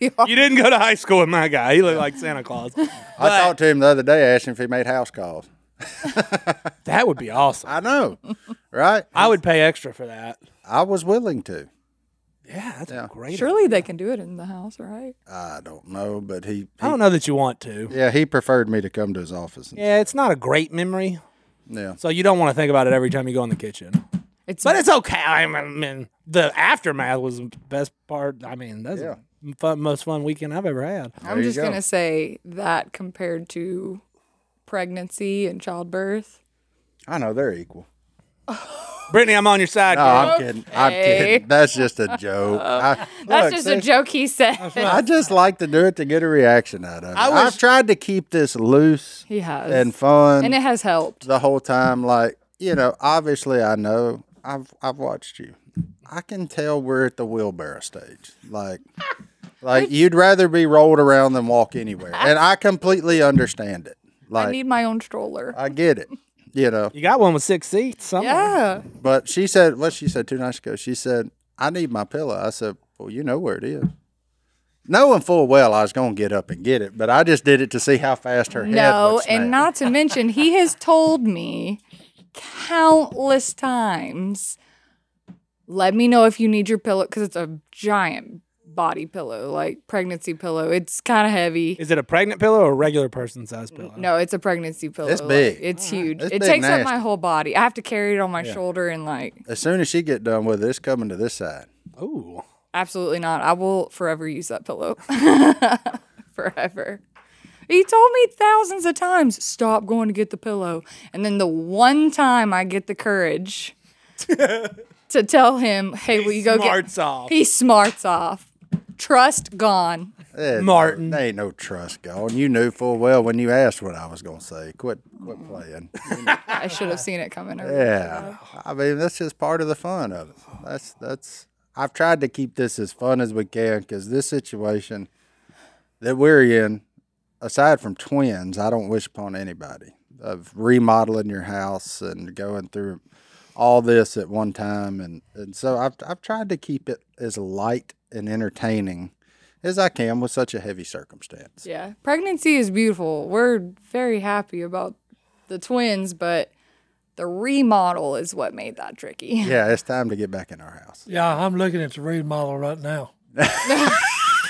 Speaker 5: You didn't go to high school with my guy. He looked like Santa Claus.
Speaker 1: I talked to him the other day, asked him if he made house calls.
Speaker 5: That would be awesome.
Speaker 1: I
Speaker 5: [LAUGHS]
Speaker 1: know, right?
Speaker 5: I would pay extra for that.
Speaker 1: I was willing to.
Speaker 5: Yeah, that's great.
Speaker 4: Surely they can do it in the house, right?
Speaker 1: I don't know, but he,
Speaker 5: I don't know that you want to.
Speaker 1: yeah, he preferred me to come to his office. And,
Speaker 5: Yeah, it's not a great memory,
Speaker 1: yeah,
Speaker 5: so you don't want to think about it every time you go in the kitchen.
Speaker 4: It's
Speaker 5: But it's okay. I mean, I mean, the aftermath was the best part. I mean, that's the fun, most fun weekend I've ever had.
Speaker 4: I'm just gonna say that compared to pregnancy and childbirth.
Speaker 1: I know they're equal.
Speaker 5: Brittany, I'm on your side.
Speaker 1: No,
Speaker 5: girl.
Speaker 1: Oh, I'm kidding. I'm kidding. That's just a joke.
Speaker 4: Oh.
Speaker 1: I,
Speaker 4: That's
Speaker 1: look,
Speaker 4: just
Speaker 1: see,
Speaker 4: a joke he said.
Speaker 1: I just like to do it to get a reaction out of it.
Speaker 5: I
Speaker 1: I
Speaker 5: was-
Speaker 1: have tried to keep this loose
Speaker 4: He has.
Speaker 1: and fun
Speaker 4: and it has helped.
Speaker 1: the whole time. Like you know, obviously, I know. I've I've watched you. I can tell we're at the wheelbarrow stage.
Speaker 4: [LAUGHS]
Speaker 1: Like, like you'd rather be rolled around than walk anywhere, and I completely understand it. Like,
Speaker 4: I need my own stroller.
Speaker 1: I get it. You know,
Speaker 5: You got one with six seats. Somewhere.
Speaker 4: yeah.
Speaker 1: But she said, what she said two nights ago, she said, I need my pillow. I said, well, you know where it is. Knowing full well I was going to get up and get it, but I just did it to see how fast her head
Speaker 4: No,
Speaker 1: would snap.
Speaker 4: and not to mention, he has told me countless times, let me know if you need your pillow, because it's a giant body pillow, like pregnancy pillow. It's kind of heavy.
Speaker 5: Is it a pregnant pillow or a regular person size pillow?
Speaker 4: no, it's a pregnancy pillow.
Speaker 1: It's
Speaker 4: like,
Speaker 1: big.
Speaker 4: it's huge.
Speaker 1: It's
Speaker 4: it
Speaker 1: big
Speaker 4: takes
Speaker 1: nasty.
Speaker 4: up my whole body. I have to carry it on my shoulder and like,
Speaker 1: As soon as she get done with it, it's coming to this side.
Speaker 5: Ooh.
Speaker 4: absolutely not. I will forever use that pillow. [LAUGHS] forever. He told me thousands of times, stop going to get the pillow. And then the one time I get
Speaker 1: [LAUGHS]
Speaker 4: the courage to tell him, hey, will you go
Speaker 5: smarts
Speaker 4: get
Speaker 5: off.
Speaker 4: He smarts off. Trust gone.
Speaker 1: Eh,
Speaker 5: Martin.
Speaker 1: There ain't no trust going. You knew full well when you asked what I was going to say. Quit quit playing.
Speaker 4: I should have seen it coming.
Speaker 1: Yeah. I mean, that's just part of the fun of it. That's, that's, I've tried to keep this as fun as we can because this situation that we're in, aside from twins, I don't wish upon anybody of remodeling your house and going through all this at one time. And, and so I've, I've tried to keep it as light and entertaining as I can with such a heavy circumstance.
Speaker 4: Yeah. Pregnancy is beautiful. We're very happy about the twins, but the remodel is what made that tricky.
Speaker 1: Yeah, it's time to get back in our house.
Speaker 3: Yeah, I'm looking at the remodel right now.
Speaker 4: [LAUGHS]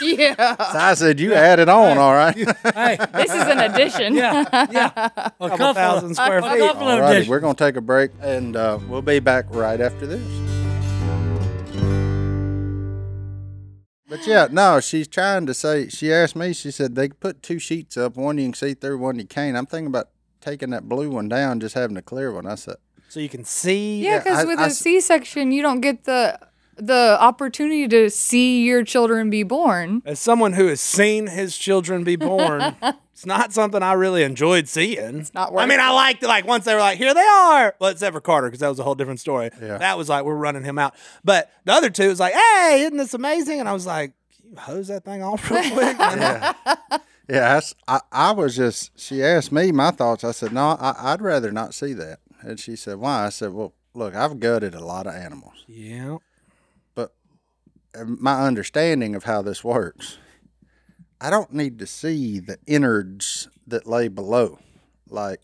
Speaker 4: Uh, yeah.
Speaker 1: So I said, You added on, all right.
Speaker 3: Hey, [LAUGHS]
Speaker 4: This is an addition.
Speaker 3: yeah, yeah. A couple of-
Speaker 5: thousand square
Speaker 3: a
Speaker 5: feet.
Speaker 3: couple of
Speaker 1: Alrighty,
Speaker 3: dishes.
Speaker 1: we're gonna take a break, and uh, we'll be back right after this. But yeah, no, she's trying to say. She asked me. She said they put two sheets up, one you can see through, one you can't. I'm thinking about taking that blue one down, just having a clear one. I said,
Speaker 5: So you can see.
Speaker 4: Yeah, because
Speaker 1: I-
Speaker 4: with
Speaker 1: I
Speaker 4: a
Speaker 1: s-
Speaker 4: section, you don't get the the opportunity to see your children be born.
Speaker 5: As someone who has seen his children be born, it's not something I really enjoyed seeing. It's
Speaker 4: not
Speaker 5: I mean, I liked it. Like once they were like, "Here they are," well, except for Carter, because that was a whole different story.
Speaker 1: Yeah.
Speaker 5: That was like we're running him out. But the other two was like, "Hey, isn't this amazing?" And I was like, Can "You hose that thing off real quick." And
Speaker 1: "Yeah, that's, I, I was just." She asked me my thoughts. I said, "No, I, I'd rather not see that." And she said, "Why?" I said, "Well, look, I've gutted a lot of animals."
Speaker 5: yeah.
Speaker 1: and my understanding of how this works, I don't need to see the innards that lay below, like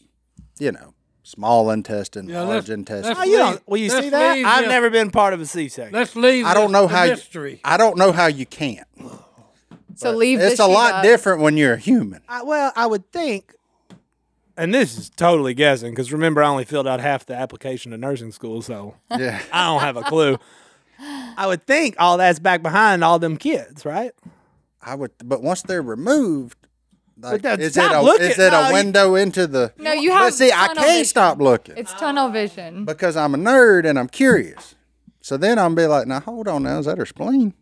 Speaker 1: you know, small intestine,
Speaker 3: Yeah,
Speaker 1: large
Speaker 3: let's-
Speaker 1: intestine.
Speaker 3: let's-
Speaker 5: Oh, you don't, will you
Speaker 3: Let's
Speaker 5: see that?
Speaker 3: leave
Speaker 5: I've
Speaker 3: them.
Speaker 5: never been part of a C-section.
Speaker 3: Let's leave.
Speaker 1: I don't
Speaker 3: this
Speaker 1: know
Speaker 3: to
Speaker 1: how
Speaker 3: mystery.
Speaker 1: You, I don't know how you can't.
Speaker 4: So leave
Speaker 1: It's
Speaker 4: this
Speaker 1: a
Speaker 4: shit
Speaker 1: lot
Speaker 4: up.
Speaker 1: different when you're a human.
Speaker 5: I, well, I would think, and this is totally guessing because remember, I only filled out half the application to nursing school, so
Speaker 1: Yeah.
Speaker 5: I don't have a clue. I would think all that's back behind all them kids, right?
Speaker 1: I would, but once they're removed, like,
Speaker 5: that-
Speaker 1: is it
Speaker 5: stop
Speaker 1: a
Speaker 5: looking.
Speaker 1: is it
Speaker 5: No,
Speaker 1: a
Speaker 5: you-
Speaker 1: window into the?
Speaker 4: No, you
Speaker 1: But
Speaker 4: have
Speaker 1: see, I
Speaker 4: tunnel
Speaker 1: can't
Speaker 4: vision.
Speaker 1: stop looking
Speaker 4: It's tunnel vision.
Speaker 1: because I'm a nerd and I'm curious. So then I'm be like, now hold on, now is that her spleen?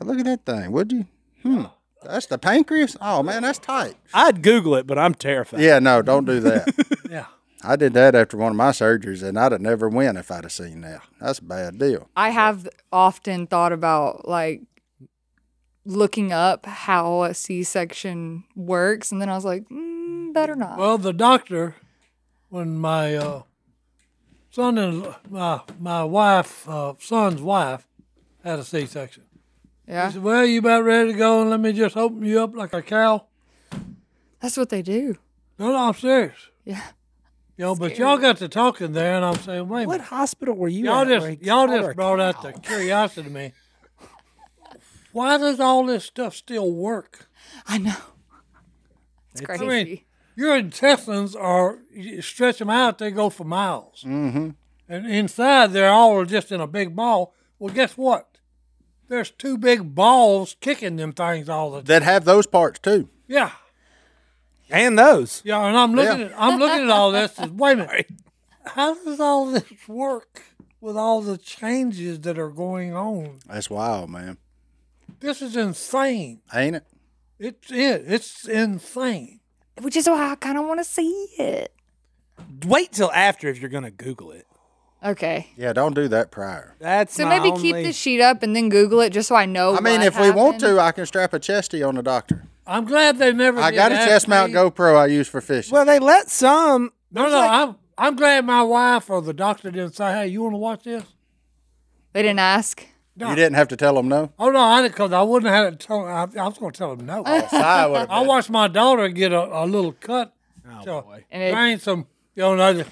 Speaker 1: Now look at that thing, would you? Hmm, that's the pancreas. Oh man, that's tight.
Speaker 5: I'd Google it, but I'm terrified.
Speaker 1: Yeah, no, don't do
Speaker 3: [LAUGHS]
Speaker 1: that.
Speaker 3: Yeah.
Speaker 1: I did that after one of my surgeries, and I'd have never went if I'd have seen that. That's a bad deal.
Speaker 4: I have often thought about like looking up how a C-section works, and then I was like, mm, better not.
Speaker 3: Well, the doctor, when my uh, son and my my wife, uh, son's wife, had a C-section. He
Speaker 4: yeah,
Speaker 3: said, "Well, you about ready to go? And let me just open you up like a cow."
Speaker 4: that's what they do.
Speaker 3: No, no, I'm serious.
Speaker 4: Yeah. [LAUGHS]
Speaker 3: You know, but y'all got to talking there, and I'm saying, wait a
Speaker 5: What
Speaker 3: minute.
Speaker 5: hospital were you
Speaker 3: Y'all
Speaker 5: at? where
Speaker 3: just,
Speaker 5: he
Speaker 3: y'all
Speaker 5: called her
Speaker 3: just
Speaker 5: a
Speaker 3: brought
Speaker 5: cow?
Speaker 3: out the curiosity to me. Why does all this stuff still work?
Speaker 4: I know. It's
Speaker 3: I
Speaker 4: crazy.
Speaker 3: mean, your intestines are, you stretch them out, they go for miles. Mm-hmm. And inside, they're all just in a big ball. Well, guess what? There's two big balls kicking them things all the time.
Speaker 1: That have those parts too.
Speaker 3: Yeah.
Speaker 5: and those.
Speaker 3: Yeah, and I'm looking
Speaker 1: Yeah.
Speaker 3: at I'm looking at all this. And, wait a minute, how does all this work with all the changes that are going on?
Speaker 1: That's wild, man.
Speaker 3: This is insane.
Speaker 1: Ain't it?
Speaker 3: It's it. It's insane.
Speaker 4: Which is why I kind of want to see it.
Speaker 5: Wait till after if you're gonna Google it.
Speaker 4: Okay.
Speaker 1: Yeah, don't do that prior.
Speaker 5: That's
Speaker 4: So
Speaker 5: my
Speaker 4: maybe keep
Speaker 5: only-
Speaker 4: this sheet up and then Google it just so I know.
Speaker 1: I mean,
Speaker 4: what
Speaker 1: if we want
Speaker 4: happened.
Speaker 1: to, I can strap a chesty on the doctor.
Speaker 3: I'm glad they never.
Speaker 1: I
Speaker 3: did
Speaker 1: got a
Speaker 3: ask
Speaker 1: chest mount
Speaker 3: me-
Speaker 1: GoPro I use for fishing.
Speaker 5: [LAUGHS] Well, they let some.
Speaker 3: No, no. I'm I'm glad my wife or the doctor didn't say, "Hey, you want to watch this?"
Speaker 4: They didn't ask.
Speaker 1: you didn't have to tell them no.
Speaker 3: Oh no, I because I wouldn't have told. I, I was going to tell him no.
Speaker 1: I would have.
Speaker 3: I watched my daughter get a, a little cut. Oh boy!
Speaker 4: And it-
Speaker 3: And some, you know, and I just-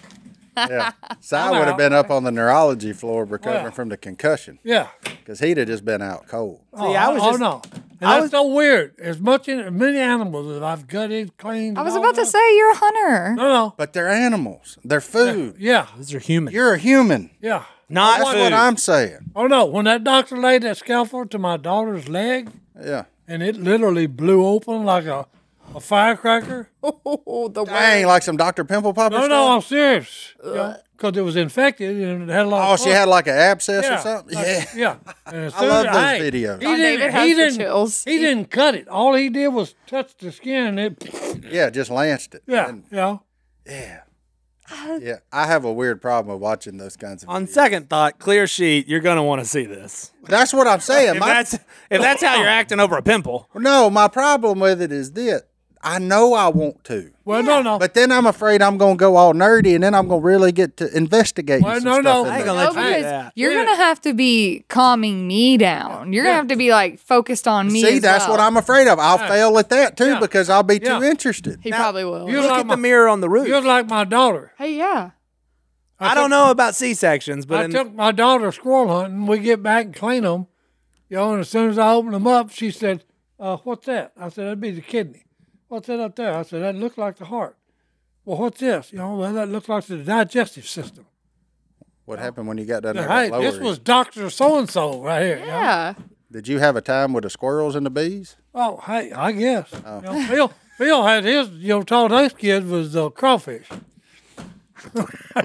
Speaker 1: Yeah. Si would have been up on the neurology floor recovering from the concussion
Speaker 3: yeah.
Speaker 1: because he'd have just been out cold.
Speaker 3: oh,
Speaker 5: I was
Speaker 3: oh,
Speaker 5: just-
Speaker 3: no. And
Speaker 5: I
Speaker 3: that's
Speaker 5: was-
Speaker 3: so weird. As much in, as many animals that I've gutted, cleaned.
Speaker 4: I was
Speaker 3: and
Speaker 4: about
Speaker 3: all
Speaker 4: to say you're a hunter.
Speaker 3: that- No, no.
Speaker 1: But they're animals. They're food.
Speaker 3: Yeah,
Speaker 5: These are human.
Speaker 1: You're a human.
Speaker 3: yeah.
Speaker 5: not
Speaker 1: That's what
Speaker 5: food.
Speaker 1: I'm saying.
Speaker 3: Oh no! When that doctor laid that scaffold to my daughter's leg,
Speaker 1: Yeah.
Speaker 3: and it literally blew open like a, a firecracker.
Speaker 4: Oh, the
Speaker 1: Dang, like some Dr. Pimple Popper
Speaker 3: No,
Speaker 1: stuff?
Speaker 3: no, I'm serious. Because it was infected and it had a lot.
Speaker 1: Oh,
Speaker 3: of
Speaker 1: she had like an abscess or something?
Speaker 3: like-
Speaker 1: yeah.
Speaker 3: yeah.
Speaker 1: [LAUGHS]
Speaker 3: And as
Speaker 1: I
Speaker 3: soon
Speaker 1: love
Speaker 3: as-
Speaker 1: those
Speaker 3: hey,
Speaker 1: videos.
Speaker 3: He
Speaker 4: John
Speaker 3: didn't, he
Speaker 4: David has the
Speaker 3: didn't-
Speaker 4: chills.
Speaker 3: He didn't cut it. All he did was touch the skin. And it, [LAUGHS]
Speaker 1: Yeah, just lanced it.
Speaker 3: yeah,
Speaker 1: And-
Speaker 3: yeah.
Speaker 1: yeah. Yeah. I have a weird problem with watching those kinds of
Speaker 5: On
Speaker 1: videos.
Speaker 5: second thought, clear sheet. You're gonna want to see this.
Speaker 1: That's what I'm saying.
Speaker 5: If
Speaker 1: My-
Speaker 5: that's if that's how you're acting over a pimple.
Speaker 1: no, my problem with it is this. I know I want to.
Speaker 3: Well, no, no.
Speaker 1: But then I'm afraid I'm gonna go all nerdy, and then I'm gonna really get to investigating.
Speaker 3: Well,
Speaker 1: some
Speaker 3: no,
Speaker 1: stuff
Speaker 3: no.
Speaker 1: in
Speaker 3: I ain't
Speaker 1: there.
Speaker 3: gonna let
Speaker 4: No,
Speaker 3: you do
Speaker 4: because
Speaker 5: that.
Speaker 4: you're gonna have to be calming me down. You're gonna have to be like focused on me.
Speaker 1: See,
Speaker 4: as
Speaker 1: that's
Speaker 4: well.
Speaker 1: what I'm afraid of. I'll fail at that too
Speaker 3: Yeah.
Speaker 1: because I'll be too
Speaker 3: Yeah.
Speaker 1: interested.
Speaker 4: He probably will.
Speaker 3: You
Speaker 5: Look
Speaker 3: like
Speaker 5: at
Speaker 3: my,
Speaker 5: the mirror on the roof.
Speaker 3: You're like my daughter.
Speaker 4: hey, yeah.
Speaker 5: I don't know about C sections, but
Speaker 3: I
Speaker 5: in,
Speaker 3: took my daughter squirrel hunting. We get back and clean them. You know, and as soon as I opened them up, she said, uh, what's that? I said, that'd be the kidney. What's that up there? I said, that looks like the heart. Well, what's this? You know, well, that looks like the digestive system.
Speaker 1: What happened when you got down there?
Speaker 3: Hey,
Speaker 1: with
Speaker 3: this
Speaker 1: lower
Speaker 3: was
Speaker 1: ears?
Speaker 3: Dr. So-and-so right here. you know?
Speaker 4: Yeah.
Speaker 1: Did you have a time with the squirrels and the bees?
Speaker 3: Oh, hey, I guess. You know, Phil, Phil had his, you know, taught his kid was uh, crawfish.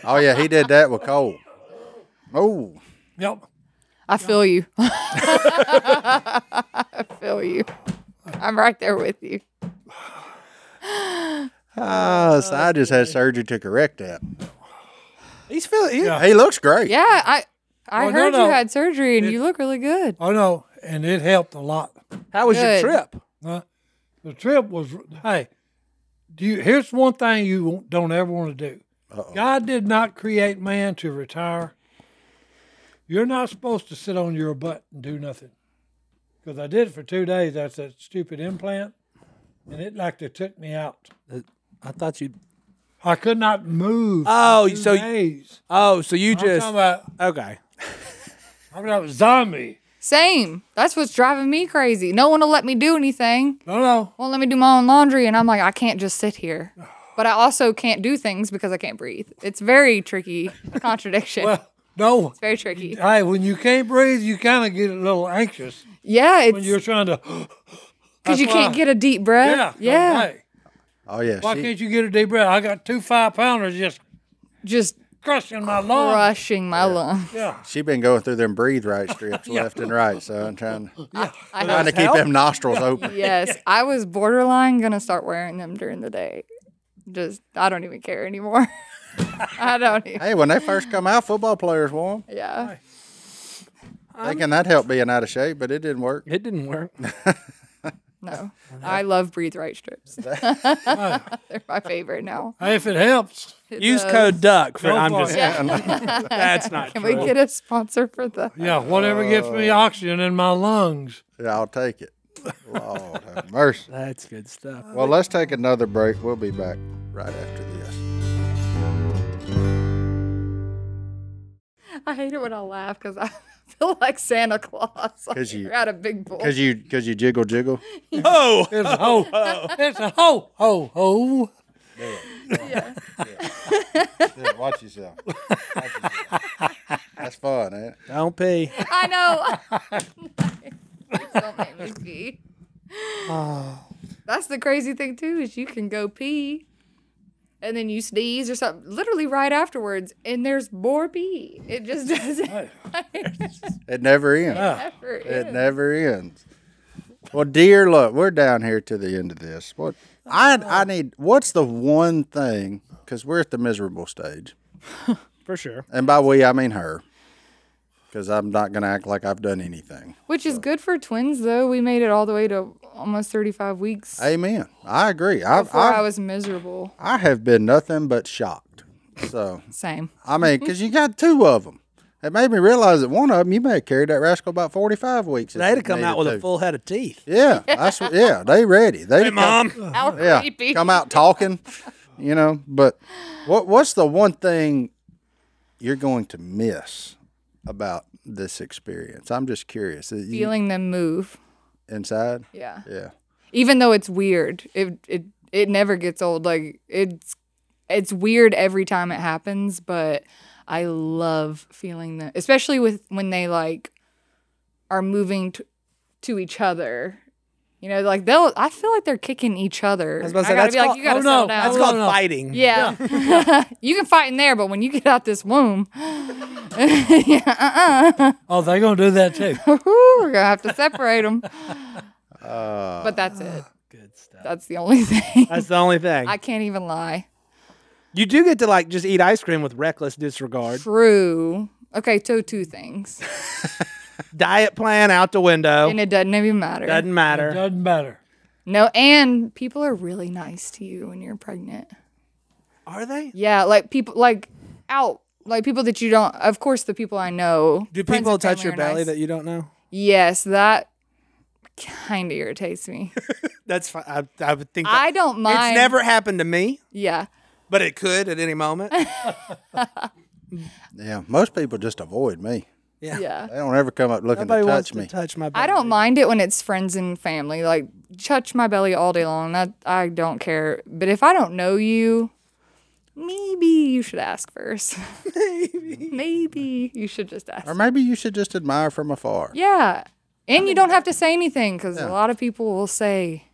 Speaker 1: Oh yeah, he did that with Cole. Oh,
Speaker 3: Yep.
Speaker 4: I feel you. [LAUGHS] I feel you. I'm right there with you.
Speaker 1: uh, so I just had surgery to correct that.
Speaker 5: he's feeling. he-
Speaker 3: Yeah.
Speaker 1: He looks great.
Speaker 4: Yeah, I I
Speaker 3: Well, no,
Speaker 4: heard
Speaker 3: no.
Speaker 4: you had surgery and you look really good.
Speaker 3: I know, and it helped a lot.
Speaker 5: How was
Speaker 4: Good.
Speaker 5: your trip?
Speaker 3: Huh? The trip was hey. Do you, here's one thing you won't- don't ever want to do. God did not create man to retire. You're not supposed to sit on your butt and do nothing. Because I did it for two days. That's that stupid implant, and it like they took me out.
Speaker 5: I thought you.
Speaker 3: I could not move. for
Speaker 5: Oh,
Speaker 3: two
Speaker 5: so-
Speaker 3: days.
Speaker 5: Oh, so you
Speaker 3: I'm
Speaker 5: just
Speaker 3: talking about,
Speaker 5: okay?
Speaker 3: I'm talking about zombie.
Speaker 4: Same. That's what's driving me crazy. No one will let me do anything.
Speaker 3: No, no.
Speaker 4: Won't let me do my own laundry, and I'm like, I can't just sit here. But I also can't do things because I can't breathe. It's very tricky
Speaker 3: [LAUGHS]
Speaker 4: a contradiction.
Speaker 3: Well, no.
Speaker 4: it's very tricky.
Speaker 3: Hey, when you can't breathe, you kind of get a little anxious
Speaker 4: Yeah,
Speaker 3: when you're
Speaker 4: it's
Speaker 3: trying to.
Speaker 4: because
Speaker 3: that's
Speaker 4: you
Speaker 3: why-
Speaker 4: can't get a deep breath.
Speaker 3: Yeah.
Speaker 4: Yeah,
Speaker 3: Hey,
Speaker 1: Oh yeah.
Speaker 3: why
Speaker 1: she-
Speaker 3: can't you get a deep breath? I got two five pounders just
Speaker 4: just
Speaker 3: crushing my lungs.
Speaker 4: crushing
Speaker 3: [LAUGHS]
Speaker 4: my lungs.
Speaker 3: Oh. Yeah.
Speaker 1: She been going through them breathe right
Speaker 3: [LAUGHS]
Speaker 1: strips left and right, so I'm trying,
Speaker 4: I
Speaker 1: trying to
Speaker 4: know.
Speaker 1: keep them nostrils open.
Speaker 4: Yes, I was borderline gonna start wearing them during the day. Just I don't even care anymore. [LAUGHS] I don't
Speaker 3: [LAUGHS]
Speaker 4: even.
Speaker 1: Hey, when they first come out, football players wore 'em,
Speaker 4: Yeah.
Speaker 1: thinking that helped being out of shape, but it didn't work.
Speaker 5: It didn't work.
Speaker 4: No, I love breathe right [LAUGHS] strips. [LAUGHS] They're my favorite now.
Speaker 3: [LAUGHS] Hey, if it helps.
Speaker 4: It
Speaker 5: Use
Speaker 4: does.
Speaker 5: code duck for.
Speaker 3: Go
Speaker 5: I'm
Speaker 3: for
Speaker 5: just.
Speaker 3: it.
Speaker 5: [LAUGHS] That's not.
Speaker 4: Can
Speaker 5: true.
Speaker 4: we get a sponsor for that?
Speaker 3: Yeah, whatever gets me oxygen in my lungs.
Speaker 1: Yeah, I'll take it. Lord have mercy.
Speaker 5: That's good stuff.
Speaker 1: Well, let's take another break. We'll be back right after this.
Speaker 4: [LAUGHS] I hate it when I laugh because I [LAUGHS] feel like Santa Claus. [LAUGHS] Like
Speaker 1: 'Cause you-
Speaker 4: you're at a big bowl.
Speaker 1: Cause you, cause you jiggle jiggle.
Speaker 5: Oh,
Speaker 3: It's a ho. [LAUGHS] It's a ho, ho, ho.
Speaker 1: Yeah, watch yourself. [LAUGHS] Watch yourself. That's fun, ain't it?
Speaker 5: don't pee.
Speaker 4: [LAUGHS] I [LAUGHS] know. Please don't make me [SIGHS] pee. That's the crazy thing too is you can go pee, and then you sneeze or something literally right afterwards, and there's more pee. It just [LAUGHS] doesn't.
Speaker 1: It never ends.
Speaker 4: ever
Speaker 1: It
Speaker 4: end.
Speaker 1: never ends. Well, dear, look, we're down here to the end of this. What I I need? What's the one thing? Because we're at the miserable stage,
Speaker 5: For sure.
Speaker 1: and by we I mean her. Because I'm not gonna act like I've done anything.
Speaker 4: Which is good for twins though. We made it all the way to almost 35 weeks
Speaker 1: Amen. I agree. I've,
Speaker 4: before I
Speaker 1: I've,
Speaker 4: was miserable.
Speaker 1: I have been nothing but shocked. So
Speaker 5: [LAUGHS]
Speaker 4: Same.
Speaker 1: I mean, because you got two of them. It made me realize that one of them you may have carried that rascal about forty five weeks. if
Speaker 5: They'd
Speaker 1: you
Speaker 5: have come out
Speaker 1: needed
Speaker 5: with
Speaker 1: to.
Speaker 5: a full head of teeth.
Speaker 1: Yeah, I sw- yeah, they ready. They
Speaker 5: Hey, mom.
Speaker 4: How
Speaker 1: yeah,
Speaker 4: creepy.
Speaker 1: come out talking, you know. But what what's the one thing you're going to miss about this experience? I'm just curious. Is you-
Speaker 4: Feeling them move.
Speaker 1: inside,
Speaker 4: Yeah.
Speaker 1: yeah,
Speaker 4: even though it's weird it it it never gets old like it's it's weird every time it happens but i love feeling them especially with when they like are moving t- to each other you know like they'll i feel like they're kicking each other i
Speaker 5: was about to say,
Speaker 4: gotta
Speaker 5: that's
Speaker 4: be like
Speaker 5: called-
Speaker 4: you gotta
Speaker 3: oh, no,
Speaker 4: settle down
Speaker 3: that's
Speaker 5: That's
Speaker 3: Oh,
Speaker 5: called
Speaker 3: no.
Speaker 5: fighting.
Speaker 4: yeah, [LAUGHS] you can fight in there but when you get out this womb [LAUGHS] uh-uh.
Speaker 3: Oh, they're going to do that too.
Speaker 4: [LAUGHS] we're gonna have to separate them but that's it
Speaker 5: [SIGHS] Good stuff.
Speaker 4: that's the only [LAUGHS] thing
Speaker 5: That's the only thing.
Speaker 4: i can't even lie
Speaker 5: you do get to like just eat ice cream with reckless disregard.
Speaker 4: True. Okay, so two things.
Speaker 5: Diet plan out the window.
Speaker 4: And it doesn't even matter.
Speaker 5: Doesn't matter.
Speaker 3: Doesn't matter.
Speaker 4: No, and people are really nice to you when you're pregnant.
Speaker 5: Are they?
Speaker 4: Yeah, like people like out like people that you don't of course the people I know.
Speaker 5: Do
Speaker 4: friends
Speaker 5: people
Speaker 4: and
Speaker 5: touch
Speaker 4: family
Speaker 5: your
Speaker 4: are
Speaker 5: belly
Speaker 4: nice.
Speaker 5: that you don't know?
Speaker 4: Yes, that kind of irritates
Speaker 5: [LAUGHS]
Speaker 4: me.
Speaker 5: That's fine. I, I would think
Speaker 4: I
Speaker 5: that-
Speaker 4: don't mind.
Speaker 5: It's never happened to me,
Speaker 4: Yeah.
Speaker 5: but it could at
Speaker 4: [LAUGHS]
Speaker 5: any moment.
Speaker 1: yeah. Most people just avoid me.
Speaker 4: Yeah.
Speaker 1: They don't ever come up looking
Speaker 5: Nobody
Speaker 1: to
Speaker 5: wants
Speaker 1: touch
Speaker 5: to
Speaker 1: me.
Speaker 5: touch my belly.
Speaker 4: I don't mind it when it's friends and family. Like touch my belly all day long. That I don't care. But if I don't know you, maybe you should ask first. maybe. [LAUGHS] maybe you should just ask.
Speaker 1: or maybe you should just admire from afar.
Speaker 4: Yeah. And you don't have to say anything because a lot of people will say,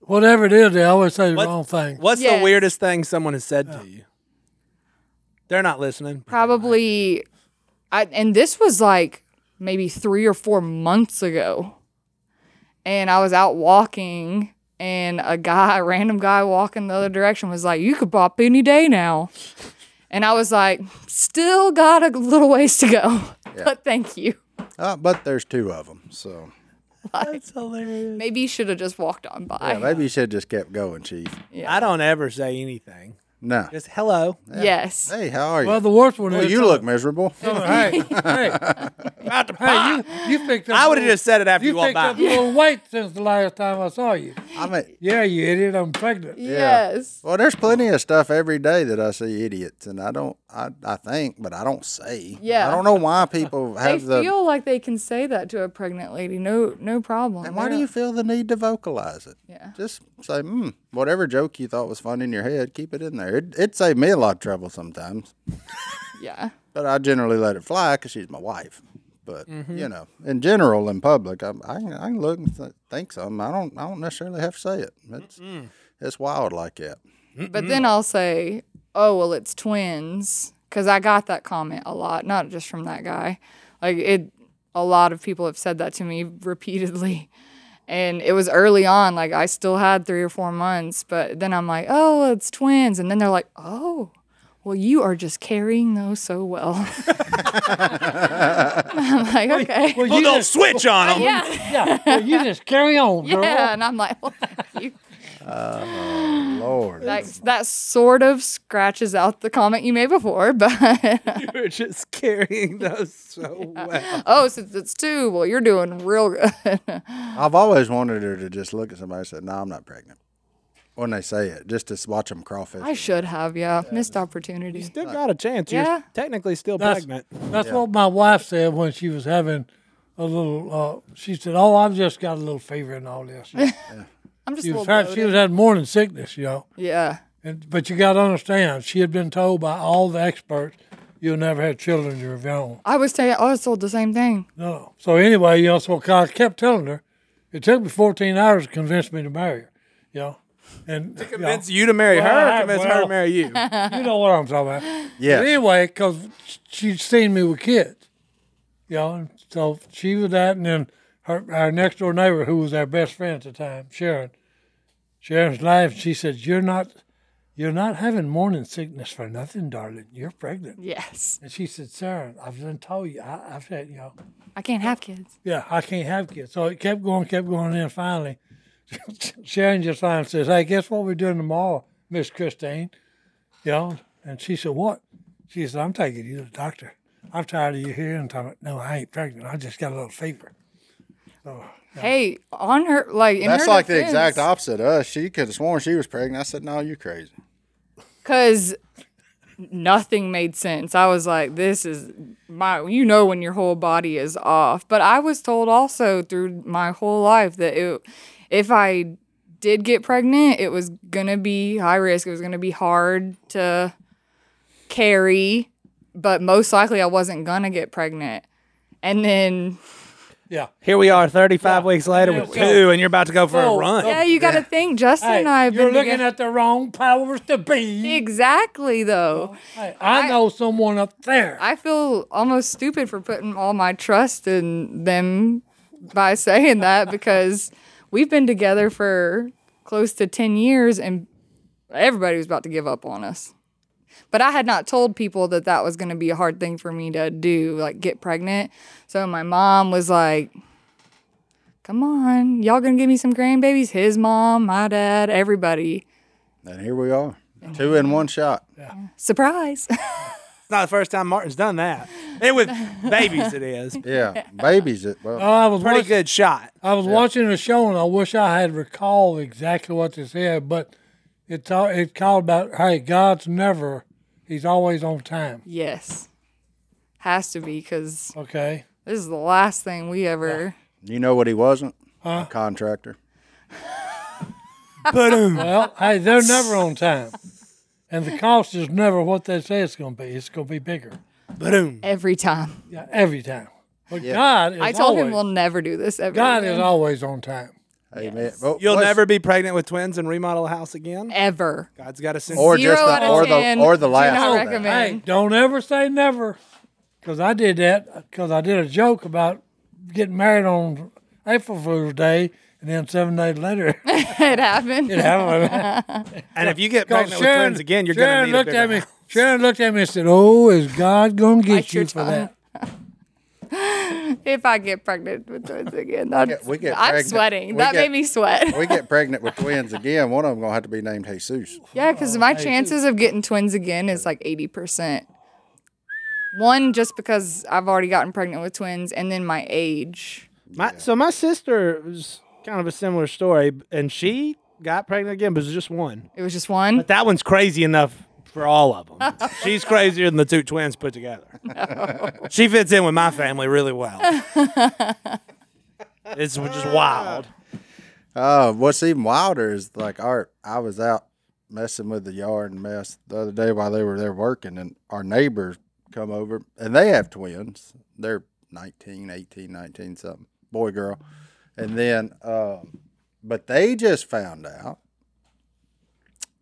Speaker 3: Whatever it is, they always say the wrong thing.
Speaker 5: What's
Speaker 4: Yes.
Speaker 5: the weirdest thing someone has said
Speaker 6: Oh.
Speaker 5: to you? They're not listening.
Speaker 4: probably, I, and this was like maybe three or four months ago. And I was out walking, and a guy, a random guy walking the other direction, was like, You could pop any day now. And I was like, Still got a little ways to go, [LAUGHS] but thank you.
Speaker 1: Uh, but there's two of them, so
Speaker 5: That's hilarious.
Speaker 4: Maybe you should have just walked on by.
Speaker 1: yeah, maybe you should have just kept going, Chief.
Speaker 5: I don't ever say anything.
Speaker 1: No.
Speaker 5: Just hello.
Speaker 4: Yes.
Speaker 1: Hey, how are you?
Speaker 3: Well, the worst one
Speaker 1: Well,
Speaker 3: is
Speaker 1: you look miserable.
Speaker 3: [LAUGHS] hey, hey, hey, you, you picked up.
Speaker 5: I
Speaker 3: a
Speaker 5: would have
Speaker 3: little-
Speaker 5: just said it after you,
Speaker 3: You
Speaker 5: walked
Speaker 3: picked
Speaker 5: by.
Speaker 3: up a little weight since the last time I saw you.
Speaker 1: I mean,
Speaker 3: Yeah, you idiot. I'm pregnant.
Speaker 4: Yes.
Speaker 1: well, there's plenty of stuff every day that I see idiots, and I don't. I, I think, but I don't say.
Speaker 4: Yeah.
Speaker 1: I don't know why people
Speaker 4: They
Speaker 1: have the.
Speaker 4: feel like they can say that to a pregnant lady. No, no problem.
Speaker 1: and why
Speaker 4: They
Speaker 1: do you feel the need to vocalize it?
Speaker 4: Yeah.
Speaker 1: Just say, hmm, whatever joke you thought was fun in your head, keep it in there. It, it saved me a lot of trouble sometimes,
Speaker 4: don't- Yeah.
Speaker 1: but I generally let it fly because she's my wife. But
Speaker 5: Mm-hmm.
Speaker 1: you know, in general, in public, I, I, can, I can look and th- think something. I don't. I don't necessarily have to say it. It's it's wild like that.
Speaker 4: But
Speaker 3: Mm-hmm.
Speaker 4: then I'll say, "Oh well, it's twins," because I got that comment a lot, not just from that guy. Like it, a lot of people have said that to me repeatedly, and it was early on. Like I still had three or four months, but then I'm like, "Oh, well, it's twins," and then they're like, "Oh." Well, you are just carrying those so well. [LAUGHS] I'm like, okay.
Speaker 3: Well,
Speaker 5: Well,
Speaker 3: you
Speaker 5: don't
Speaker 3: just,
Speaker 5: switch
Speaker 6: [LAUGHS]
Speaker 5: on them.
Speaker 4: yeah.
Speaker 3: yeah, well, you just carry on,
Speaker 4: [LAUGHS]
Speaker 3: girl.
Speaker 4: Yeah. And I'm like, well, thank you.
Speaker 1: Lord,
Speaker 4: That, that sort of scratches out the comment you made before, [LAUGHS] but
Speaker 5: You were just [LAUGHS] carrying those so well.
Speaker 4: oh, since it's two, well, you're doing real good.
Speaker 1: I've always wanted her to just look at somebody and say, "No, I'm not pregnant." When they say it, just to watch them crawfish.
Speaker 4: I should have, yeah. [LAUGHS] Missed opportunity.
Speaker 6: Still got a chance. You're
Speaker 4: Yeah.
Speaker 6: technically still
Speaker 3: That's-
Speaker 6: pregnant.
Speaker 3: That's what my wife said when she was having a little. Uh, she said, "Oh, I've just got a little fever and all this."
Speaker 4: I'm just
Speaker 3: She
Speaker 4: a little
Speaker 3: was, had, she
Speaker 4: bloated.
Speaker 3: was had morning sickness, you know.
Speaker 4: Yeah.
Speaker 3: And but you got to understand, she had been told by all the experts, "You'll never have children of your own."
Speaker 4: I was saying, I was told the same thing.
Speaker 3: No. So anyway, you know, so I kept telling her. It took me 14 hours to convince me to marry her, you know. And to
Speaker 5: Convince you to marry
Speaker 3: Well,
Speaker 5: her,
Speaker 3: I-
Speaker 5: convince her
Speaker 3: well.
Speaker 5: to
Speaker 4: [LAUGHS]
Speaker 5: marry you.
Speaker 3: you know what I'm talking about.
Speaker 1: Yes.
Speaker 3: But anyway, because she'd seen me with kids, you know, and so she was that, and then her our next door neighbor, who was our best friend at the time, Sharon. Sharon's laughing. She said, "You're not, you're not having morning sickness for nothing, darling. You're pregnant."
Speaker 4: Yes.
Speaker 3: And she said, "Sharon, I've done told you. I, I've said, you know,
Speaker 4: I can't have kids.
Speaker 3: yeah, I can't have kids." So it kept going, kept going, and then finally, [LAUGHS] Sharon just finally says, "Hey, guess what we're doing tomorrow, Miss Christine?" You know, and she said, "What?" She said, "I'm taking you to the doctor. I'm tired of you here." And I'm like, "No, I ain't pregnant. I just got a little fever."
Speaker 4: Hey, on her, like, in
Speaker 1: That's
Speaker 4: her
Speaker 1: like the
Speaker 4: defense,
Speaker 1: exact opposite of us. She could have sworn she was pregnant. I said, "No, you're crazy."
Speaker 4: Because nothing made sense. I was like, this is my, you know, when your whole body is off. But I was told also through my whole life that it, if I did get pregnant, it was going to be high risk. It was going to be hard to carry, but most likely I wasn't going to get pregnant. And then,
Speaker 3: Yeah.
Speaker 6: Here we are 35 weeks later
Speaker 3: Yeah,
Speaker 6: with
Speaker 3: so-
Speaker 6: two, and you're about to go for
Speaker 3: so-
Speaker 6: a run.
Speaker 4: yeah, you got to think Justin
Speaker 3: Oh, Hey,
Speaker 4: and I have
Speaker 3: you're
Speaker 4: been
Speaker 3: looking
Speaker 4: together-
Speaker 3: at the wrong powers to be.
Speaker 4: Exactly, though.
Speaker 3: Hey, I, know someone up there.
Speaker 4: I feel almost stupid for putting all my trust in them by saying that because we've been together for close to 10 years and everybody was about to give up on us. But I had not told people that that was going to be a hard thing for me to do, like get pregnant. So my mom was like, Come on, y'all gonna give me some grandbabies? His mom, my dad, everybody.
Speaker 1: And here we are,
Speaker 4: Oh.
Speaker 1: two in one shot.
Speaker 4: Surprise. [LAUGHS]
Speaker 6: It's not the first time Martin's done that.
Speaker 5: And with babies, it is.
Speaker 4: [LAUGHS]
Speaker 1: Yeah, babies. It well,
Speaker 3: Oh,
Speaker 4: Oh.
Speaker 3: I was
Speaker 5: Pretty
Speaker 3: watching,
Speaker 5: good shot.
Speaker 3: I was watching a show and I wish I had recalled exactly what they said, but it ta- it called about hey, God's never, He's always on time.
Speaker 4: yes. Has to be, because
Speaker 3: Okay.
Speaker 4: This is the last thing we ever.
Speaker 1: you know what he wasn't? A contractor.
Speaker 3: Well, hey, they're never on time, and the cost is never what they say it's going to be. It's going to be bigger.
Speaker 5: Boom.
Speaker 4: Every time.
Speaker 3: Yeah, every time. But God is
Speaker 4: I told
Speaker 3: always,
Speaker 4: him we'll never do this ever.
Speaker 3: God is
Speaker 4: again.
Speaker 3: always on time.
Speaker 1: Amen. Well,
Speaker 5: You'll
Speaker 1: let's-
Speaker 5: never be pregnant with twins and remodel a house again.
Speaker 4: Ever.
Speaker 5: God's got a sense.
Speaker 1: Or
Speaker 4: Zero
Speaker 1: just
Speaker 4: out
Speaker 1: the
Speaker 4: of
Speaker 1: or
Speaker 4: 10,
Speaker 1: the or the
Speaker 4: do
Speaker 1: last.
Speaker 4: not
Speaker 1: of that.
Speaker 4: recommend.
Speaker 3: Hey, don't ever say never, because I did that because I did a joke about getting married on April Fool's Day, and then seven days later, it
Speaker 4: It
Speaker 3: [LAUGHS]
Speaker 4: happened.
Speaker 5: [LAUGHS]
Speaker 3: happened.
Speaker 5: and if you get
Speaker 3: 'Cause
Speaker 5: pregnant with twins again, you're
Speaker 3: Sharon
Speaker 5: going to need a
Speaker 3: looked
Speaker 5: bigger
Speaker 3: at me.
Speaker 5: house.
Speaker 3: Sharon looked at me and said, "Oh, is God gonna get
Speaker 4: Bite
Speaker 3: you
Speaker 4: your
Speaker 3: for
Speaker 4: tongue.
Speaker 3: that?"
Speaker 4: if I get pregnant with twins again. That's,
Speaker 1: we get
Speaker 4: I'm
Speaker 1: pregnant-
Speaker 4: sweating.
Speaker 1: we
Speaker 4: that
Speaker 1: get-
Speaker 4: made me sweat.
Speaker 1: we get pregnant with twins again, one of them gonna have to be named Jesus.
Speaker 4: [LAUGHS] yeah, because my chances of getting twins again is like 80%. One, just because I've already gotten pregnant with twins, and then my age.
Speaker 5: My, So my sister was kind of a similar story, b- and she got pregnant again, but it was just one.
Speaker 4: It was just one.
Speaker 5: But that one's crazy enough for all of [LAUGHS] them. She's crazier than the two twins put together. She fits in with my family really [LAUGHS] well. it's just wild.
Speaker 1: Uh, what's even wilder is like our I was out messing with the yard and mess the other day while they were there working and our neighbors come over and they have twins. They're 19, 18, 19 something, boy girl. And then um but they just found out